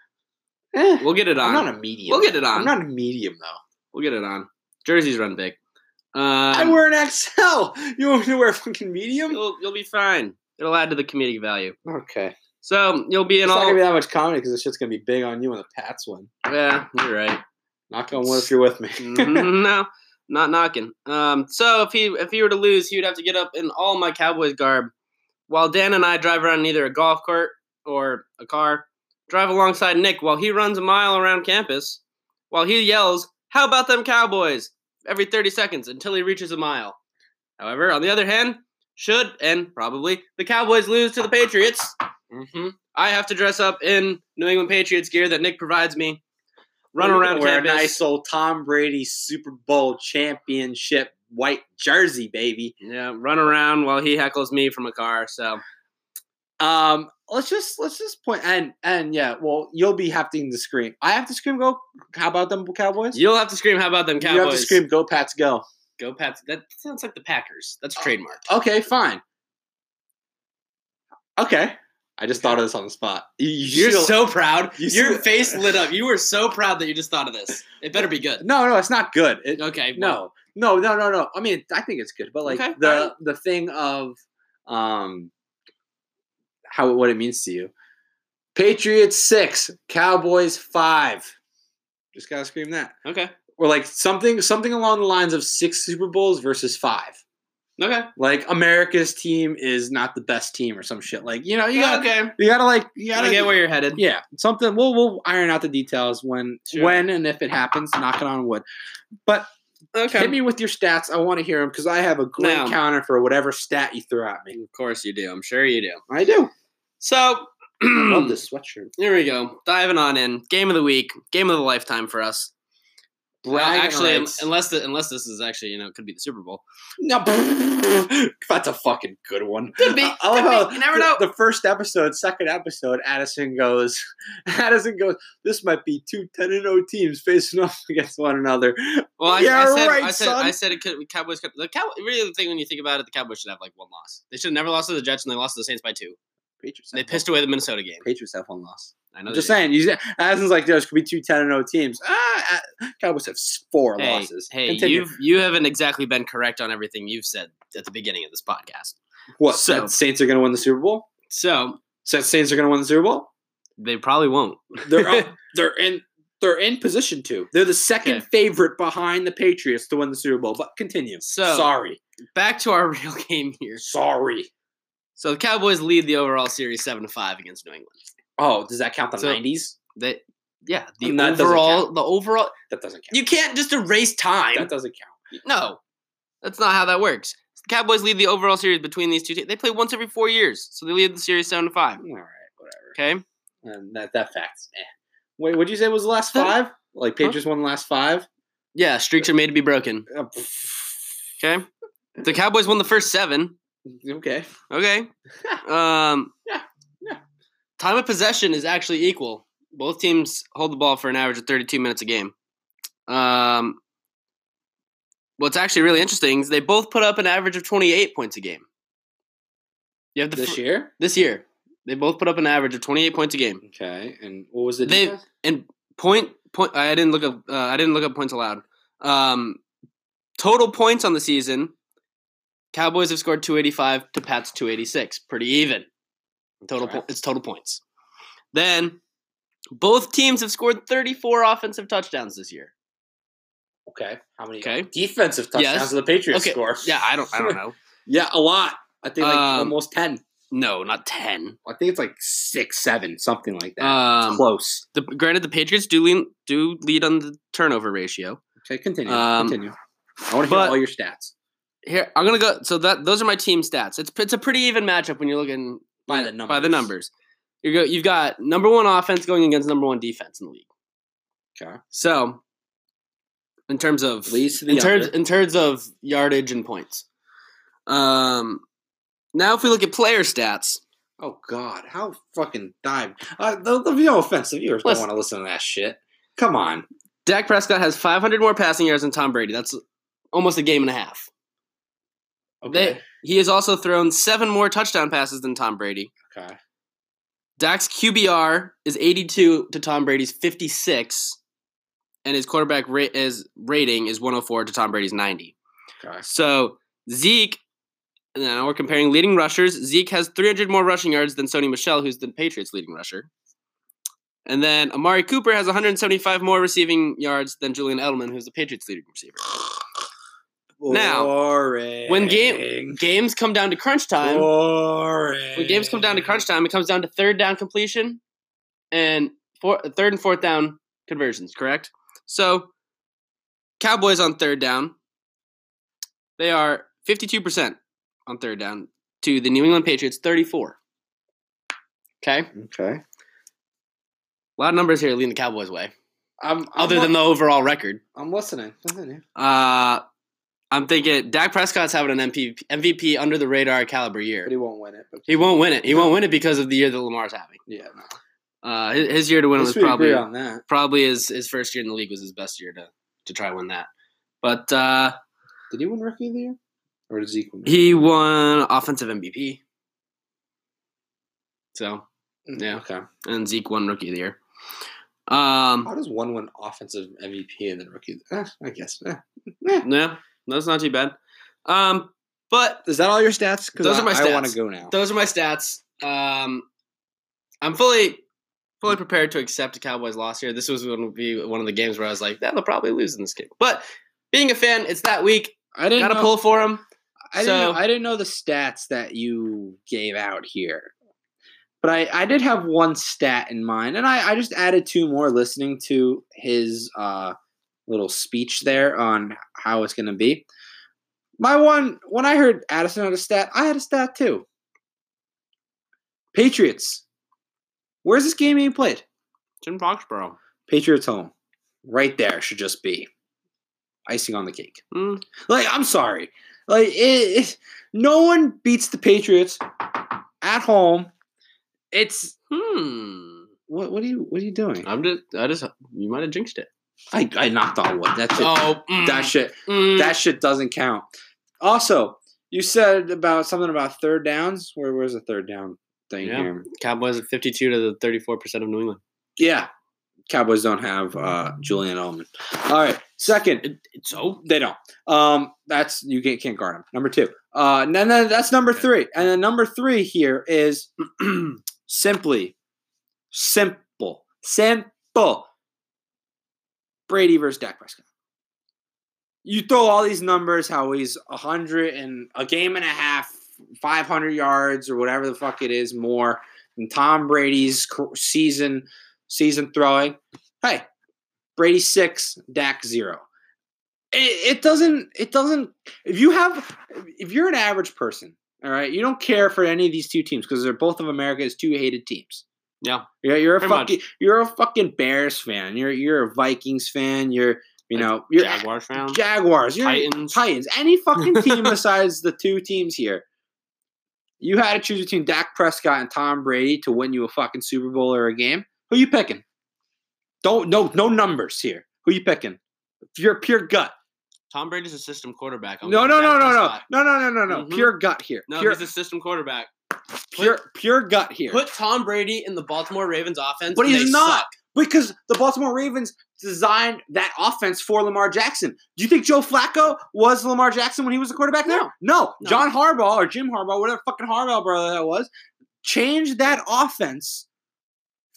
A: though. Eh,
B: We'll get it
A: I'm
B: on.
A: not a medium.
B: We'll get it on.
A: I'm not a medium though.
B: we'll get it on. Jerseys run big. Um,
A: I wear an XL. You want me to wear a fucking medium?
B: You'll, you'll be fine. It'll add to the comedic value.
A: Okay.
B: So you'll be in
A: it's not
B: all.
A: gonna be that much comedy because this shit's gonna be big on you when the Pats win.
B: yeah, you're right.
A: Knock on wood if you're with me.
B: Mhm, no, not knocking. Um, so if he if he were to lose, he would have to get up in all my Cowboys garb, while Dan and I drive around in either a golf cart or a car, drive alongside Nick while he runs a mile around campus, while he yells, "How about them Cowboys?" every 30 seconds until he reaches a mile. However, on the other hand, should and probably the Cowboys lose to the Patriots, hmm I have to dress up in New England Patriots gear that Nick provides me, run
A: You're
B: around
A: gonna wear
B: campus.
A: a nice old Tom Brady Super Bowl championship white jersey, baby.
B: Yeah, run around while he heckles me from a car. So
A: Um, let's just let's just point and and yeah, well, you'll be having to scream. I have to scream. Go. How about them Cowboys?
B: you'll have to scream. How about them Cowboys?
A: You have to scream. Go Pats, go.
B: Go Pats. That sounds like the Packers. That's
A: Oh,
B: trademark.
A: Okay, fine. Okay, I just thought of this on the spot. You, you
B: You're
A: should've-
B: so proud.
A: you
B: Your
A: still-
B: face lit up. You were so proud that you just thought of this. It better be good.
A: no, no, it's not good. It,
B: Okay. well,
A: No, no, no, no, no. I mean, I think it's good, but like
B: Okay,
A: the
B: alright.
A: the thing of um how what it means to you. Patriots six, Cowboys five. Just gotta scream that,
B: Okay.
A: or like something something along the lines of six Super Bowls versus five.
B: Okay.
A: Like America's team is not the best team, or some shit. Like you know, you gotta
B: okay.
A: you gotta like you gotta
B: I get where you're headed.
A: yeah, something. We'll we'll iron out the details when
B: Sure.
A: when and if it happens. Knocking on wood.
B: Okay.
A: Hit me with your stats. I want to hear them because I have a great
B: Now-
A: counter for whatever stat you throw at me.
B: Of course you do. I'm sure you do.
A: I do.
B: So
A: I love this sweatshirt.
B: Here we go. Diving on in. Game of the week. Game of the lifetime for us. Well,
A: Bragging
B: actually, un-
A: rights.
B: unless the, unless this is actually you know could be the Super Bowl.
A: No, that's a fucking good one.
B: Could be.
A: I I love
B: Could be.
A: how
B: You never
A: the-
B: know.
A: The first episode, second episode, Addison goes. Addison goes. This might be two 10 and 0 teams facing off against one another.
B: Well, I,
A: Yeah,
B: I said, I
A: right,
B: said,
A: son.
B: I said it could, Cowboys. Could, the Cow, really, the thing when you think about it, the Cowboys should have like one loss. They should have never lost to the Jets, and they lost to the Saints by two.
A: Patriots.
B: They
A: have
B: pissed away the Minnesota game.
A: One. Patriots have one loss.
B: I know.
A: I'm
B: they
A: just
B: did.
A: saying. You said, Addison's like, there's could be two 10 and 0 teams. Ah, ah, Cowboys have s- four
B: Hey,
A: losses.
B: hey,
A: Continue.
B: you've you haven't exactly been correct on everything you've said at the beginning of this podcast.
A: what?
B: so-
A: that Saints are going to win the Super Bowl.
B: So
A: Saints Saints are going to win the Super Bowl.
B: they probably won't.
A: They're up- they're in they're in position to. They're the second
B: Okay.
A: favorite behind the Patriots to win the Super Bowl. But continue.
B: So-
A: sorry,
B: Back to our real game here.
A: sorry.
B: So the Cowboys lead the overall series seven to five against New England.
A: Oh, does that count the
B: So-
A: nineties?
B: That yeah, the
A: And that doesn't
B: overall the overall
A: That doesn't count.
B: you can't just erase time.
A: that doesn't count.
B: No. That's not how that works. The Cowboys lead the overall series between these two teams. They play once every 4 years. So they lead the series 7 to 5,
A: All right, whatever.
B: okay?
A: And that that fact. Eh. Wait, what'd you say was the last
B: That-
A: five? Like Patriots won the last five.
B: Yeah, streaks are made to be broken,
A: Uh, pff,
B: okay? The Cowboys won the first 7,
A: okay.
B: okay? Um
A: Yeah, yeah.
B: Time of possession is actually equal. Both teams hold the ball for an average of 32 minutes a game. Um What's actually really interesting is they both put up an average of 28 points a game. You have the
A: This year.
B: this year. They both put up an average of 28 points a game.
A: Okay. And what was it?
B: They- And point point I didn't look up uh, I didn't look up points allowed. Um, total points on the season. Cowboys have scored 285 to Pats 286. Pretty even. Total
A: Okay.
B: po- it's total points. Then both teams have scored 34 offensive touchdowns this year.
A: okay. How many
B: Okay.
A: defensive touchdowns
B: Yes.
A: did the Patriots
B: Okay.
A: score?
B: Yeah, I don't I don't know.
A: Yeah, a lot. I think like
B: Um,
A: almost ten.
B: No, not 10.
A: I think it's like six, seven, something like that.
B: Um,
A: Close.
B: the, granted, the Patriots do lead, do lead on the turnover ratio.
A: Okay, continue.
B: um,
A: continue. I want to hear
B: but-
A: all your stats
B: here I'm gonna go. So that those are my team stats. It's it's a pretty even matchup when you're looking
A: by the numbers.
B: by the numbers. You go. You've got number one offense going against number one defense in the league.
A: Okay.
B: So, in terms of
A: Leads to the
B: in terms
A: under.
B: in terms of yardage and points, um, now if we look at player stats,
A: Oh God, how fucking dive. Uh, the, the, no offense, the viewers
B: Listen.
A: don't want to listen to that shit. Come on.
B: Dak Prescott has 500 more passing yards than Tom Brady. That's almost a game and a half.
A: Okay.
B: He has also thrown seven more touchdown passes than Tom Brady.
A: okay.
B: Dak's QBR is 82 to Tom Brady's 56, and his quarterback ra- is rating is 104 to Tom Brady's 90.
A: Okay.
B: So Zeke, and now we're comparing leading rushers. Zeke has 300 more rushing yards than Sony Michelle, who's the Patriots' leading rusher. And then Amari Cooper has 175 more receiving yards than Julian Edelman, who's the Patriots' leading receiver. Now,
A: Boring.
B: when game- Games come down to crunch time.
A: Boring.
B: when games come down to crunch time, it comes down to third down completion and four, third and fourth down conversions, correct? So, Cowboys on third down, they are 52% on third down to the New England Patriots, 34. Okay, a
A: Okay.
B: lot of numbers here leading the Cowboys way,
A: I'm, I'm
B: other than the overall record.
A: I'm listening. Continue.
B: Uh, I'm thinking Dak Prescott's having an MVP, MVP under the radar caliber year.
A: But he won't win it. But
B: He won't win it. He won't win it because of the year that Lamar's having.
A: yeah, no.
B: Uh, his, his year to
A: At
B: win was
A: least we
B: probably
A: agree on that.
B: probably his, his first year in the league was his best year to to try win that. But uh,
A: Did he win Rookie of the Year, or did Zeke win? it?
B: he won offensive MVP. So yeah.
A: Okay.
B: and Zeke won rookie of the year. Um,
A: How does one win offensive MVP and then Rookie? Of the, eh, I guess. eh.
B: yeah, that's not too bad. Um, but
A: Is that all your stats? 'Cause
B: Those
A: I-
B: are my
A: I want
B: stats.
A: to go now.
B: those are my stats. Um, I'm fully fully prepared to accept a Cowboys loss here. This was going to be one of the games where I was like, "They'll probably lose in this game." But being a fan, it's that week.
A: I didn't
B: Got to
A: know-
B: pull for them.
A: I didn't, know,
B: So-
A: I didn't know the stats that you gave out here, but I, I did have one stat in mind, and I, I just added two more listening to his uh, little speech there on how it's going to be. My one, when I heard Addison had a stat, I had a stat too. Patriots. Where's this game being played?
B: Jim Foxborough.
A: Patriots home. Right there should just be icing on the cake.
B: Mm,
A: Like, I'm sorry. Like, it, it- no one beats the Patriots at home. It's
B: Hmm.
A: what? What are you? What are you doing?
B: I'm just. I just. You might have jinxed it.
A: I, I knocked on wood. That's it.
B: Oh, mm,
A: That shit.
B: mm.
A: That shit doesn't count. Also, you said about something about third downs. Where where's the third down thing
B: Yeah.
A: here?
B: Cowboys at 52 to the 34 percent of New England.
A: Yeah, Cowboys don't have uh, Julian Edelman. All right, second.
B: So
A: They don't. Um, that's you can't, can't guard them. Number two. Uh, and then that's number three. And then number three here is simply, simple, simple. Brady versus Dak Prescott. You throw all these numbers, how he's a hundred and a game and a half, five hundred yards or whatever the fuck it is more than Tom Brady's cr- season season throwing. Hey, Brady six, Dak zero it, it doesn't it doesn't if you have if you're an average person all right you don't care for any of these two teams because they're both of america's two hated teams
B: Yeah.
A: yeah you're a
B: Pretty much.
A: fucking you're a fucking bears fan you're you're a vikings fan you're you
B: Like
A: know you're
B: Jaguars round.
A: jaguars you're
B: Titans.
A: titans any fucking team besides the two teams here you had to choose between Dak Prescott and Tom Brady to win you a fucking Super Bowl or a game. Who you picking? Don't no no numbers here. Who you picking? Your pure gut.
B: Tom Brady's a system quarterback. I'm
A: No,
B: with
A: no, no,
B: Oh, Dak
A: no, no,
B: Prescott.
A: no, no, no, no, no.
B: Mhm.
A: Pure gut here.
B: No,
A: pure,
B: he's a system quarterback.
A: pure, pure gut here.
B: Put Tom Brady in the Baltimore Ravens offense.
A: But
B: and
A: he's
B: they
A: not.
B: suck.
A: because the Baltimore Ravens designed that offense for Lamar Jackson. Do you think Joe Flacco was Lamar Jackson when he was a quarterback? there?
B: No.
A: no.
B: No.
A: John Harbaugh or Jim Harbaugh, whatever fucking Harbaugh brother that was, changed that offense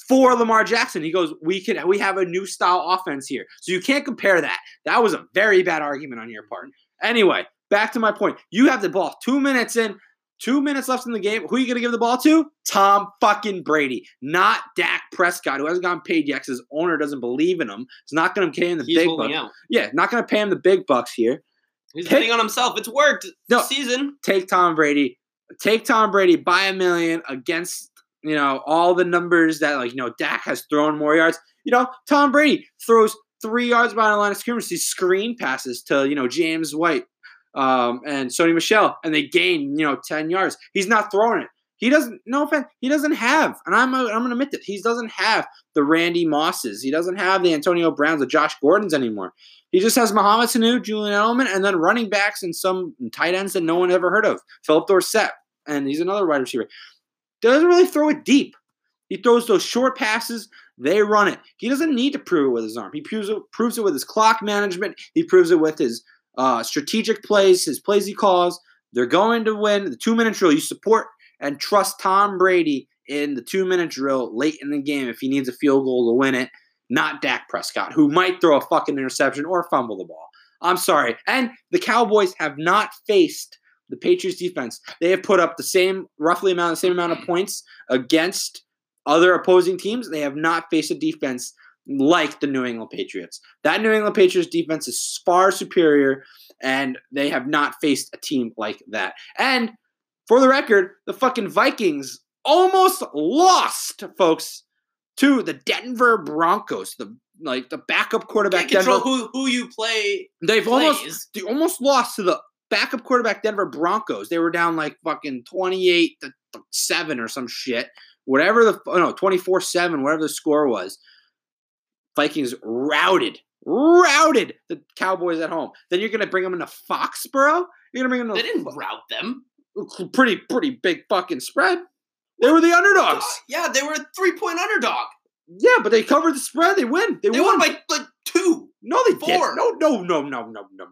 A: for Lamar Jackson. He goes, "We can, we have a new style offense here." So you can't compare that. That was a very bad argument on your part. Anyway, back to my point. You have the ball two minutes in. Two minutes left in the game. Who are you going to give the ball to? Tom fucking Brady, not Dak Prescott, who hasn't gotten paid yet because his owner doesn't believe in him. It's not going to pay him the
B: He's
A: big
B: holding
A: bucks.
B: out.
A: Yeah, not going to pay him the big bucks here.
B: He's
A: Pick-
B: betting on himself. It's worked.
A: No.
B: Season.
A: Take Tom Brady. Take Tom Brady by a million against you know all the numbers that like you know Dak has thrown more yards. You know Tom Brady throws three yards behind the line of scrimmage. These screen passes to you know James White um, and Sony Michelle, and they gain you know ten yards. He's not throwing it. He doesn't. No offense. He doesn't have, and I'm I'm gonna admit that he doesn't have the Randy Mosses. He doesn't have the Antonio Browns, the Josh Gordons anymore. He just has Mohamed Sanu, Julian Edelman, and then running backs and some tight ends that no one ever heard of. Philip Dorsett, and he's another wide receiver. Doesn't really throw it deep. He throws those short passes. They run it. He doesn't need to prove it with his arm. He proves it, proves it with his clock management. He proves it with his uh, strategic plays, his plays he calls. They're going to win the two minute drill. You support and trust Tom Brady in the two minute drill late in the game if he needs a field goal to win it, not Dak Prescott, who might throw a fucking interception or fumble the ball. I'm sorry. And the Cowboys have not faced the Patriots defense. They have put up the same, roughly amount, the same amount of points against other opposing teams. They have not faced a defense like the New England Patriots. That New England Patriots defense is far superior, and they have not faced a team like that. And for the record, the fucking Vikings almost lost, folks, to the Denver Broncos, the like the backup quarterback
B: Can't control
A: Denver.
B: who who you play
A: They've almost
B: plays.
A: they almost lost to the backup quarterback Denver Broncos. They were down like fucking 28 to to 7 or some shit. Whatever the oh no, 24-7, whatever the score was. Vikings routed. Routed the Cowboys at home. Then you're going to bring them into Foxborough? You're going to bring them to
B: They didn't route them.
A: a pretty pretty big fucking spread. They were the underdogs.
B: Yeah, they were a three point underdog.
A: Yeah, but they covered the spread. They win. They,
B: They
A: won.
B: won by like two.
A: no, they did.
B: four.
A: No, no, no, no, no, no, no,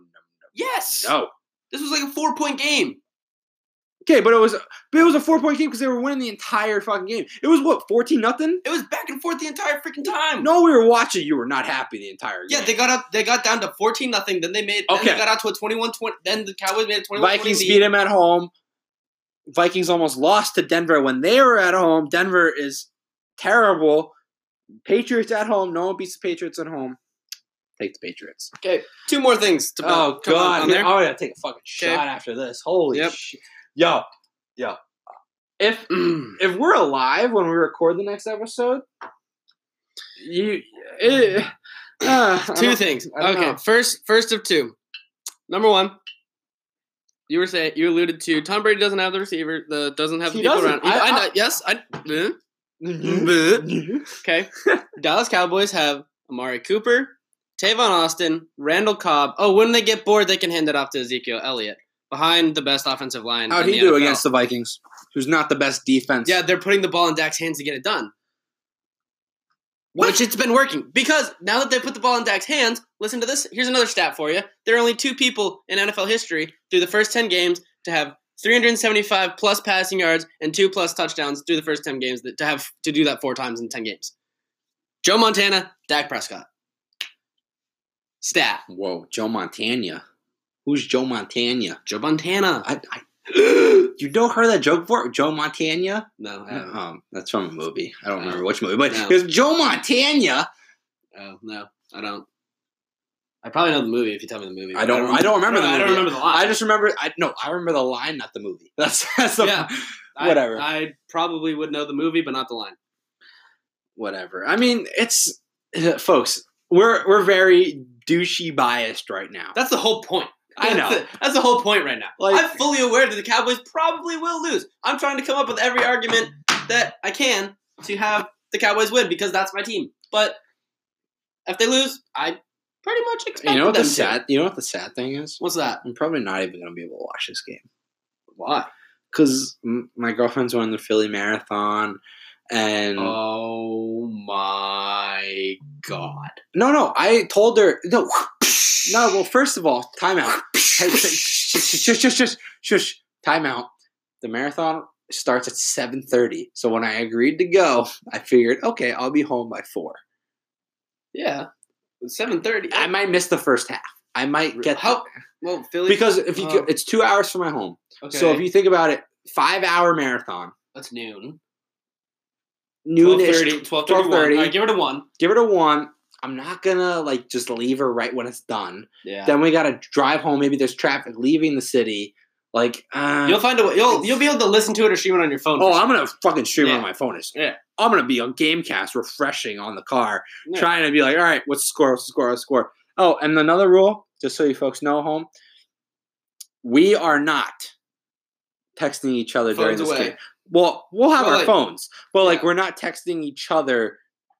B: Yes.
A: no.
B: This was like a four point game.
A: Okay, but it was but it was a four point game because they were winning the entire fucking game. It was what fourteen nothing.
B: It was back and forth the entire freaking time.
A: No, we were watching. You were not happy the entire game.
B: Yeah, they got up. They got down to fourteen nothing. Then they made. Then
A: Okay.
B: they got out to a 21-20. Then the Cowboys made a 21-20
A: Vikings
B: lead.
A: beat them at home. Vikings almost lost to Denver when they were at home. Denver is terrible. Patriots at home. No one beats the Patriots at home. Take the Patriots.
B: Okay, two more things. To
A: Oh
B: come
A: god!
B: on there.
A: I'm gonna take a fucking
B: Okay.
A: shot after this. Holy
B: Yep.
A: shit! Yo, yo. If if we're alive when we record the next episode, you it, uh, I
B: two
A: don't-
B: things.
A: I don't
B: Okay,
A: know.
B: first, first of two. Number one, you were saying you alluded to Tom Brady doesn't have the receiver, the doesn't have the
A: He
B: people
A: doesn't.
B: around.
A: I-
B: I, I,
A: I-
B: know- yes, I. eh?
A: Mhm.
B: Okay, Dallas Cowboys have Amari Cooper, Tavon Austin, Randall Cobb. Oh, when they get bored, they can hand it off to Ezekiel Elliott behind the best offensive line.
A: How'd
B: in
A: he
B: the
A: do
B: NFL.
A: against the Vikings, who's not the best defense?
B: Yeah, they're putting the ball in Dak's hands to get it done.
A: What?
B: Which it's been working because now that they put the ball in Dak's hands, listen to this. Here's another stat for you. There are only two people in NFL history through the first 10 games to have 375 plus passing yards and two plus touchdowns through the first 10 games that, to have to do that four times in 10 games. Joe Montana, Dak Prescott. Stat.
A: Whoa, Joe Montana. Who's Joe Montana?
B: Joe Montana.
A: I, I, you don't heard that joke before? Joe Montana.
B: No, I haven't.
A: Um, that's from a movie. I don't
B: Oh.
A: remember which movie, but
B: No.
A: there's Joe Montana.
B: Oh, no, I don't. I probably know the movie if you tell me the movie.
A: I don't. I don't remember
B: No,
A: the
B: I
A: movie.
B: don't remember the line.
A: I just remember. I no. I remember the line, not the movie. That's that's the
B: Yeah. I-
A: Whatever.
B: I, probably would know the movie, but not the line.
A: whatever. I mean, it's uh, folks. We're we're very douchey biased right now.
B: That's the whole point.
A: I know.
B: That's the, that's the whole point right now.
A: Like-
B: I'm fully aware that the Cowboys probably will lose. I'm trying to come up with every argument that I can to have the Cowboys win because that's my team. But if they lose, I pretty much expect
A: You know what
B: them
A: the
B: to.
A: sad? You know what the sad thing is?
B: What's that?
A: I'm probably not even gonna be able to watch this game
B: Why?
A: because my girlfriend's running the Philly Marathon, and
B: Oh my god.
A: no, no, I told her no, no. Well, first of all, timeout. Hey, shush, shush, shush, shush, shush. Timeout. The marathon starts at 7:30. So when I agreed to go, I figured, okay, I'll be home by four.
B: Yeah. Seven thirty.
A: I might miss the first half. I might get
B: How? Well, Philly.
A: because if you go,
B: Oh.
A: it's two hours from my home.
B: okay.
A: So if you think about it, five hour marathon,
B: that's noon.
A: noon ish.
B: 1230, 1230.
A: 12:30.
B: All right, give it a one.
A: Give it a one. I'm not gonna like just leave her right when it's done.
B: Yeah.
A: Then we gotta drive home. Maybe there's traffic leaving the city. Like uh,
B: You'll find a way. You'll you'll be able to listen to it or stream it on your phone.
A: Oh, I'm gonna fucking stream
B: Yeah.
A: on my phone. It's-
B: Yeah.
A: I'm gonna be on GameCast, refreshing on the car,
B: Yeah.
A: trying to be like, all right, what's the score? What's the score? What's the score? Oh, and another rule, just so you folks know, at home, we are not texting each other during
B: Phones
A: this
B: away.
A: game. Well, we'll have
B: Well,
A: our
B: like-
A: phones, but like
B: Yeah.
A: we're not texting each other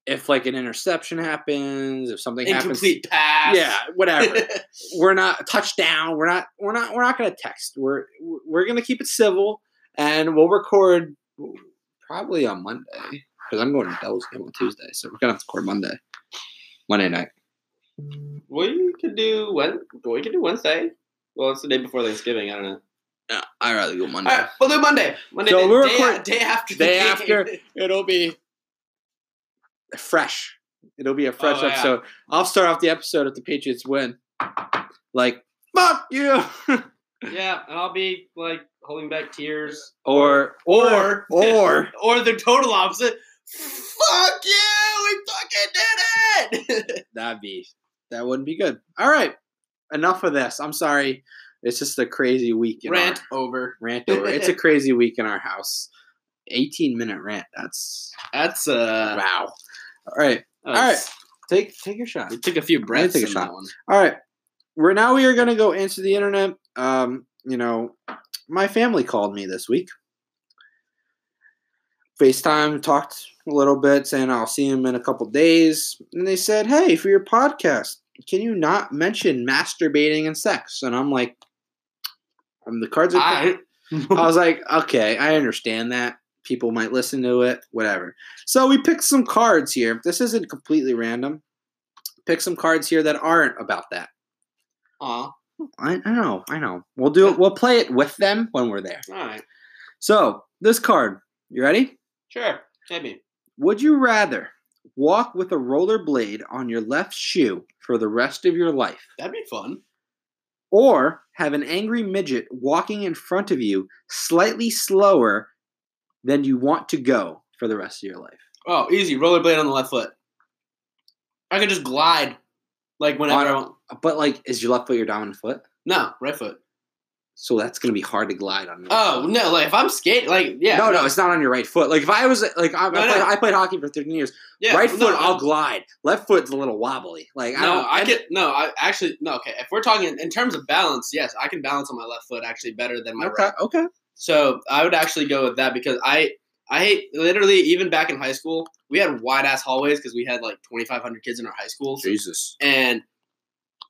A: if like an interception happens, if something
B: incomplete pass.
A: happens. Yeah, whatever we're not touchdown. We're not. We're not. We're not going to text. We're we're going to keep it civil, and we'll record probably on Monday because I'm going to Devil's game on Tuesday, so we're gonna have to record Monday, Monday night.
B: we could do when we could do Wednesday. Well, it's the day before Thanksgiving. I don't know.
A: Yeah, I'd rather go Monday.
B: All right, we'll do Monday. Monday.
A: So
B: day,
A: we're
B: day,
A: recording-
B: day after. the
A: Uh, Day
B: game.
A: after it'll be fresh. It'll be a fresh
B: Oh, yeah.
A: episode. I'll start off the episode if the Patriots win. Like fuck you,
B: Yeah, and I'll be like holding back tears,
A: or
B: Or-
A: or or
B: or the total opposite. Fuck you! We fucking did it.
A: that'd be that wouldn't be good. All right, enough of this. I'm sorry. It's just a crazy week. In
B: Rant
A: our,
B: over.
A: rant over. It's a crazy week in our house. 18 minute rant. That's
B: That's uh.
A: wow. All right,
B: All
A: right. Take take your shot.
B: We took a few breaths
A: take a
B: in
A: shot.
B: that one.
A: All right. We're now we are going to go into the internet. Um, you know, my family called me this week. FaceTime talked a little bit, saying I'll see him in a couple days, and they said, "Hey, for your podcast, can you not mention masturbating and sex?" And I'm like, "I'm the cards are."
B: I,
A: I was like, okay, I understand that. People might listen to it, whatever. So we picked some cards here. This isn't completely random. Pick some cards here that aren't about that.
B: Aw, all
A: I, I know, I know. We'll do it. We'll play it with them when we're there.
B: right,
A: So this card, you ready?
B: sure, hit me.
A: Would you rather walk with a roller blade on your left shoe for the rest of your life,
B: That'd be fun.
A: or have an angry midget walking in front of you slightly slower than you want to go for the rest of your life?
B: Oh, easy. Rollerblade on the left foot. I could just glide, like whenever I
A: On-
B: want.
A: But like, is your left foot your dominant foot?
B: No, right foot.
A: So that's gonna be hard to glide on. your left
B: Oh
A: foot.
B: no, like if I'm skating, like yeah.
A: no, no, it's not on your right foot. Like if I was like I, I,
B: No, no.
A: played, I played hockey for thirteen years.
B: yeah,
A: right
B: no,
A: foot,
B: I-
A: I'll glide. Left foot's a little wobbly. Like I
B: No,
A: don't.
B: I could no. I actually no. Okay, if we're talking in terms of balance, yes, I can balance on my left foot actually better than my
A: okay,
B: right.
A: okay.
B: So I would actually go with that because I I hate literally even back in high school we had wide ass hallways because we had like twenty five hundred kids in our high schools
A: Jesus.
B: and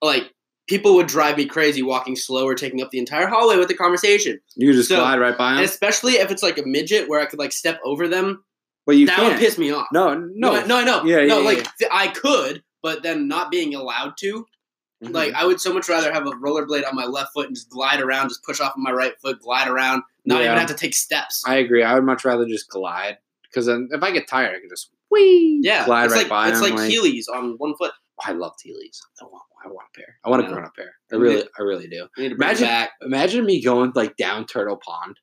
B: like people would drive me crazy walking slower, taking up the entire hallway with the conversation,
A: You could just
B: So-
A: glide right by
B: and
A: him,
B: especially if it's like a midget where I could like step over them.
A: but you
B: that
A: can't.
B: would piss me off.
A: no, no,
B: no, I know.
A: Yeah,
B: no,
A: yeah,
B: like
A: yeah.
B: th- I could, but then not being allowed to.
A: Mhm.
B: Like I would so much rather have a rollerblade on my left foot and just glide around, just push off on my right foot, glide around, not
A: Yeah.
B: even have to take steps.
A: I agree. I would much rather just glide because then if I get tired, I can just whee
B: yeah,
A: glide
B: it's
A: right
B: like
A: by
B: it's
A: him,
B: like Heelys on one foot.
A: I love Heelys. I want, I want a pair. I want a
B: Yeah.
A: grown up pair. I
B: Yeah.
A: really, I really do.
B: I need to bring it
A: Imagine-
B: back.
A: Imagine me going like down Turtle Pond,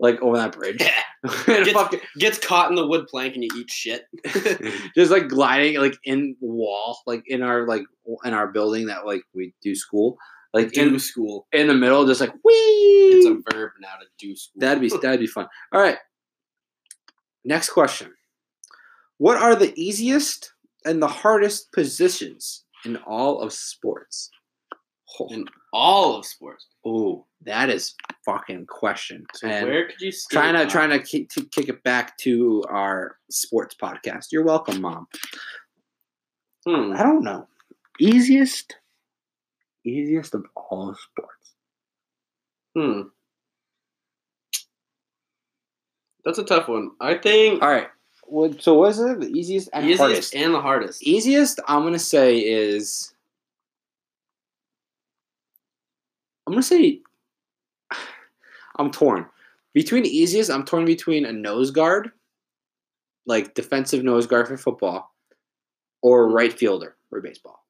A: like over that bridge, and
B: Get-
A: fucking,
B: Gets caught in the wood plank and you eat shit.
A: just like gliding like in wall, like in our like w- in our building that like we do school, like
B: Do
A: in,
B: school.
A: in the middle, just like wee.
B: It's a verb now to do school.
A: that'd be that'd be fun. All right, next question: What are the easiest and the hardest positions in all of sports?
B: in all of sports.
A: Oh, that is fucking question.
B: So
A: And-
B: where could you skate
A: trying to
B: on?
A: trying to ki- to kick it back to our sports podcast. You're welcome, mom.
B: Hmm.
A: I don't know. Easiest, easiest of all sports.
B: Hmm. That's a tough one. I think
A: All right. Well, so what is it? The easiest and
B: easiest
A: hardest. E
B: and the hardest.
A: easiest, I'm gonna say is. I'm gonna say. I'm torn between easiest. I'm torn between a nose guard, like defensive nose guard for football, or right fielder for baseball.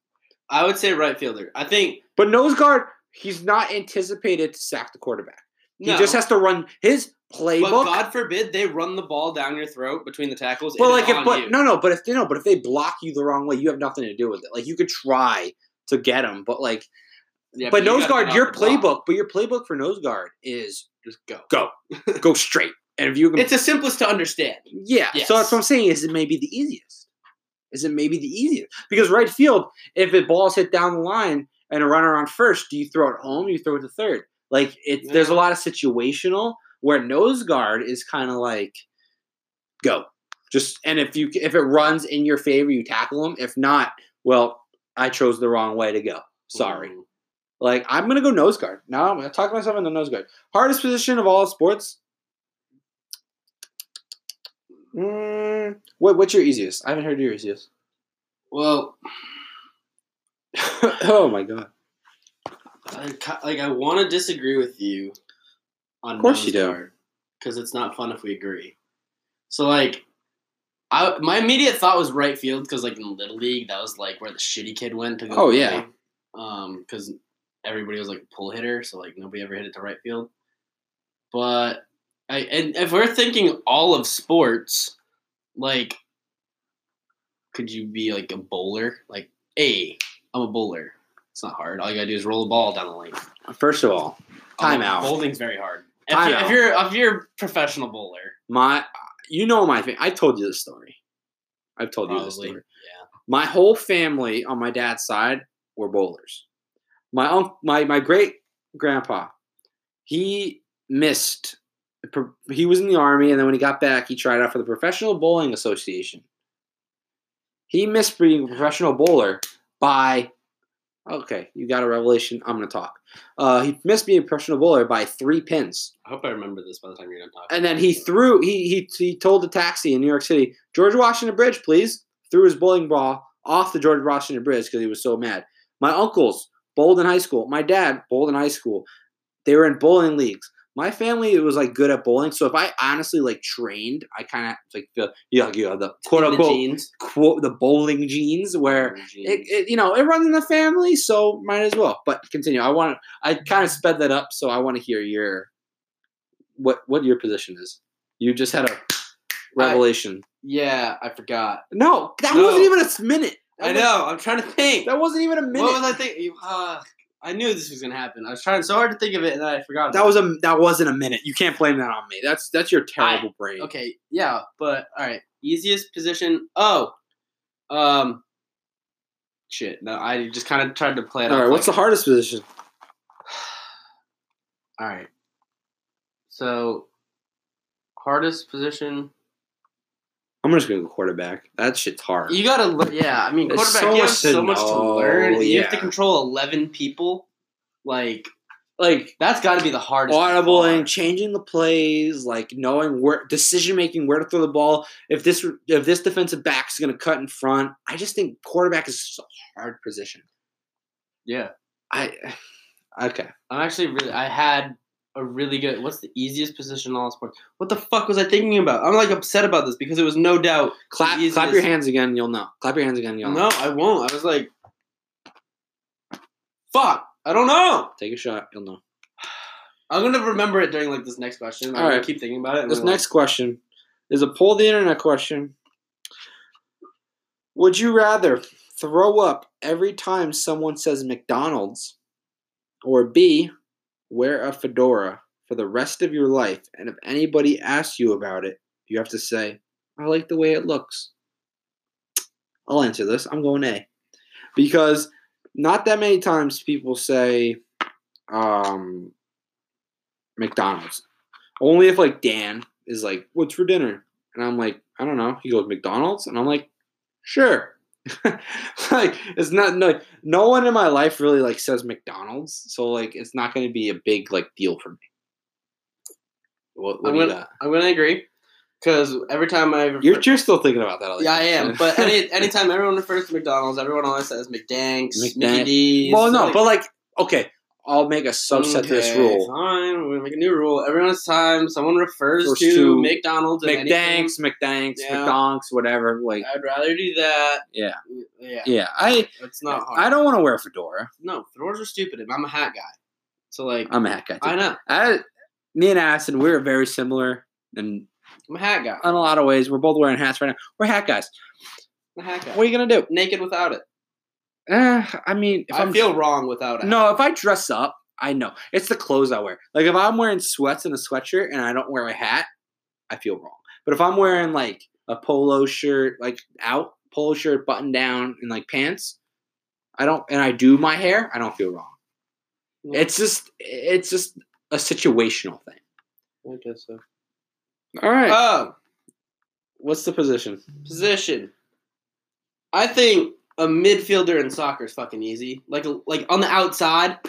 B: I would say right fielder. I think
A: But nose guard, he's not anticipated to sack the quarterback. He
B: no,
A: just has to run his
B: but
A: playbook.
B: God forbid they run the ball down your throat between the tackles.
A: but
B: it
A: like,
B: is
A: if
B: on
A: but
B: you.
A: no, no, but if they no, but if they block you the wrong way, you have nothing to do with it. Like you could try to get him, but like,
B: Yeah,
A: but
B: you
A: nose
B: gotta
A: guard,
B: get
A: your
B: off the block.
A: playbook, but your playbook for nose guard is
B: just go.
A: go, go straight, and if you can,
B: It's the simplest to understand.
A: yeah. So that's what I'm
B: yes.
A: saying. Is it maybe the easiest? Is it maybe the easiest? Because right field, if the ball's hit down the line and a runner on first, do you throw it home? You throw it to third. Like it's there's a
B: Yeah.
A: lot of situational where nose guard is kind of like go just and if you if it runs in your favor, you tackle him. If not, well, I chose the wrong way to go. Sorry.
B: Ooh.
A: Like I'm gonna go nose guard. Now I'm gonna talk myself into nose guard. Hardest position of all sports. Mm, what what's your easiest? I haven't heard your easiest.
B: Well,
A: oh my god!
B: I, ki- like I want to disagree with you. On
A: Of course you do.
B: Because it's not fun if we agree. So like, I my immediate thought was right field because like in little league that was like where the shitty kid went to go.
A: Oh, yeah.
B: play. Um, because everybody was like a pull hitter, so like nobody ever hit it to right field. But I and if we're thinking all of sports, like, could you be like a bowler? Like, hey, I'm a bowler. It's not hard. All you gotta do is roll a ball down the lane. Oh,
A: First of all, Timeout.
B: Bowling's very hard. If,
A: Timeout.
B: you, if you're if you're a professional bowler,
A: my you know my thing. I told you this story. I've told you this
B: probably.
A: story.
B: Yeah.
A: My whole family on my dad's side were bowlers. My uncle, my my great grandpa, he missed. pro- He was in the army, and then when he got back, he tried out for the Professional Bowling Association. He missed being a professional bowler by. Okay, you got a revelation. I'm gonna talk. Uh, he missed being a professional bowler by three pins.
B: I hope I remember this by the time you're done talking.
A: And then he threw. He he he told the taxi in New York City, George Washington Bridge, please. Threw his bowling ball off the George Washington Bridge because he was so mad. My uncles bowled in high school. My dad bowled in high school. They were in bowling leagues. My family was like good at bowling, so if I honestly like trained, I kind of like feel yeah, you know, the quote
B: the
A: unquote
B: jeans.
A: quote the bowling genes where it,
B: Jeans.
A: it you know it runs in the family, so might as well. But continue. I want I kind of sped that up, so I want to hear your what what your position is. You just had a revelation.
B: yeah, I forgot.
A: no, that
B: No.
A: wasn't even a s- minute. That
B: I
A: was-
B: know. I'm trying to think.
A: that wasn't even a minute.
B: What was I thinking? Uh, I knew this was gonna happen. I was trying so hard to think of it, and then I forgot.
A: that was a that wasn't a minute. You can't blame that on me. That's that's your terrible brain.
B: okay. Yeah, but all right. Easiest position. Oh, um, shit. No, I just kind of tried to play it.
A: All right. What's the hardest position?
B: the? All right. So, hardest position.
A: I'm just gonna go quarterback. That shit's hard.
B: You gotta, le- yeah. I mean,
A: There's
B: quarterback.
A: so
B: you have
A: much to
B: so much to
A: know,
B: learn. You have to
A: yeah.
B: control eleven people. Like,
A: like
B: that's got to be the hardest.
A: audible
B: part.
A: and changing the plays, like knowing where decision making, where to throw the ball. If this if this defensive back's going to cut in front, I just think quarterback is such a hard position.
B: yeah.
A: I okay.
B: I'm actually really. I had a really good. What's the easiest position in all sports? What the fuck was I thinking about? I'm like upset about this because it was no doubt.
A: Clap
B: Easiest-
A: clap your hands again, and you'll know. Clap your hands again, and you'll know.
B: No, I won't. I was like, fuck. I don't know.
A: Take a shot, you'll know.
B: I'm gonna remember it during like this next question. I'm
A: All
B: gonna
A: right.
B: keep thinking about it. and
A: This
B: I'm like,
A: next question is a poll the internet question. Would you rather throw up every time someone says McDonald's or B, wear a fedora for the rest of your life? And if anybody asks you about it, you have to say, I like the way it looks. I'll answer this. I'm going A. Because not that many times people say um, McDonald's only if like Dan is like, "What's for dinner?" and I'm like, "I don't know." He goes, "McDonald's," and I'm like, "Sure." like it's not no no one in my life really like says McDonald's, so like it's not going to be a big like deal for me. What, what
B: I'm
A: do you
B: gonna,
A: got?
B: I'm gonna agree because every time I
A: You're, you're still thinking about that, Alex.
B: yeah, I am. But any anytime everyone refers to McDonald's, everyone always says McDanks, Mickey
A: McDank.
B: D's.
A: well, no,
B: like-
A: but like, okay, I'll make a subset to this
B: Okay,
A: rule.
B: Fine, we're gonna make a new rule. Everyone's time someone refers
A: Refers
B: to,
A: to
B: McDonald's. and anything,
A: McDanks, McDanks,
B: Yeah.
A: McDonks, whatever. Like,
B: I'd rather do that.
A: yeah,
B: Yeah,
A: yeah. I
B: it's not hard.
A: I don't want to wear a fedora.
B: No, fedoras are stupid. and I'm a hat guy, so like
A: I'm a hack guy. too.
B: I know
A: I, me and Addison, we're very similar, and
B: I'm a hat guy.
A: in a lot of ways, we're both wearing hats right now. We're hat guys.
B: I'm a hat guy.
A: What are you gonna do?
B: Naked without it.
A: Eh, I mean, if
B: I
A: am
B: feel wrong without it.
A: no, if I dress up, I know it's the clothes I wear. Like if I'm wearing sweats and a sweatshirt and I don't wear a hat, I feel wrong. But if I'm wearing like a polo shirt, like out polo shirt, button down, and like pants, I don't, and I do my hair, I don't feel wrong.
B: Yeah.
A: It's just, it's just a situational thing.
B: I guess so.
A: All right,
B: Oh,
A: Uh, what's the position?
B: position. I think a midfielder in soccer is fucking easy. Like like on the outside,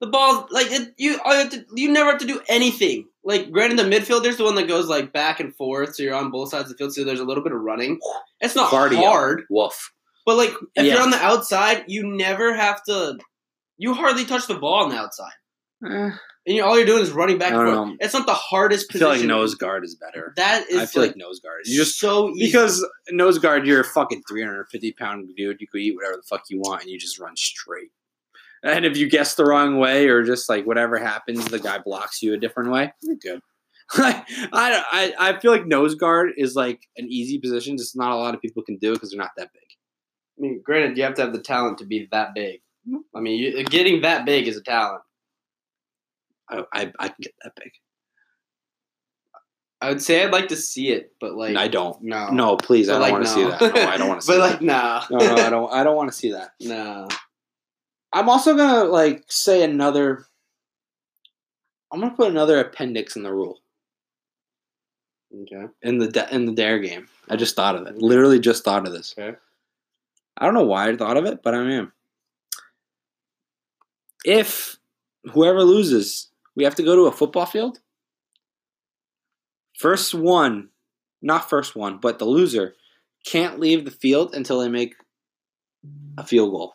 B: the ball like it, you all you have to, you never have to do anything. Like granted, the midfielder's the one that goes like back and forth, so you're on both sides of the field, so there's a little bit of running. It's not
A: Cardio.
B: hard,
A: Woof.
B: but like if
A: Yeah.
B: you're on the outside, you never have to. You hardly touch the ball on the outside,
A: Eh,
B: and you all you're doing is running back
A: I
B: and
A: don't
B: forth.
A: know.
B: It's not the hardest
A: I
B: position.
A: feel like nose guard is better.
B: That is
A: I feel like,
B: like
A: nose guard. You just
B: so easy.
A: because nose guard, you're a fucking 350 pound dude. You could eat whatever the fuck you want, and you just run straight. And if you guess the wrong way, or just like whatever happens, the guy blocks you a different way. You're good. Like I, don't- I, I feel like nose guard is like an easy position. Just not a lot of people can do it because they're not that big.
B: I mean, granted, you have to have the talent to be that big. I mean, you, getting that big is a talent.
A: I, I, I can get that big.
B: I would say I'd like to see it, but like
A: I don't.
B: No,
A: No, please, I
B: But,
A: don't
B: like,
A: want to see
B: no.
A: that. No, I don't want to see
B: But
A: that.
B: like no,
A: no, no, I don't. I don't want to see that.
B: no.
A: I'm also gonna like say another. I'm gonna put another appendix in the rule
B: Okay.
A: in the da- in the dare game. I just thought of it. Literally, just thought of this.
B: Okay.
A: I don't know why I thought of it, but I am. If whoever loses, we have to go to a football field. First one, not first one, but the loser can't leave the field until they make a field goal.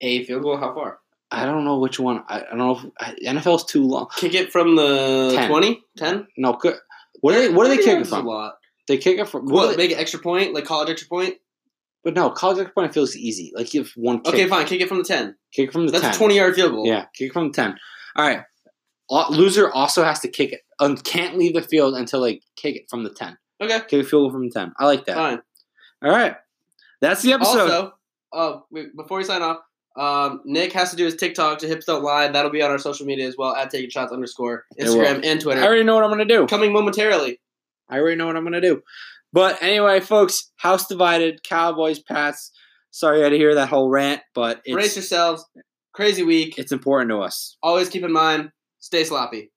B: A field goal. How far?
A: I don't know which one. I, I don't know. If, I, NFL's too long.
B: Kick it from the
A: Ten.
B: 20? 10?
A: No, good. What are they? What are they
B: Thirty
A: kicking
B: yards is A
A: from?
B: lot.
A: They kick it from what?
B: What?
A: are they-
B: Make an extra point, like college extra point.
A: but no, college extra point feels easy. Like if one kick,
B: Okay, fine. Kick it from the ten.
A: kick from the
B: That's
A: ten.
B: a twenty-yard field goal.
A: Yeah, kick from the ten. All right. Lo- Loser also has to kick it. Um, can't leave the field until they kick it from the ten.
B: Okay.
A: Kick a field goal from the ten. I like that.
B: Fine.
A: All right. That's the episode.
B: Also, uh, wait, before we sign off, um, Nick has to do his TikTok to hips don't lie. That'll be on our social media as well at taking shots underscore
A: It will.
B: Instagram and
A: I
B: Twitter.
A: already know what I'm gonna do.
B: Coming momentarily.
A: I already know what I'm gonna do. But anyway, folks, house divided, Cowboys, Pats. Sorry I had to hear that whole rant, but it's
B: Brace yourselves. Crazy week.
A: it's important to us.
B: Always keep in mind. Stay sloppy.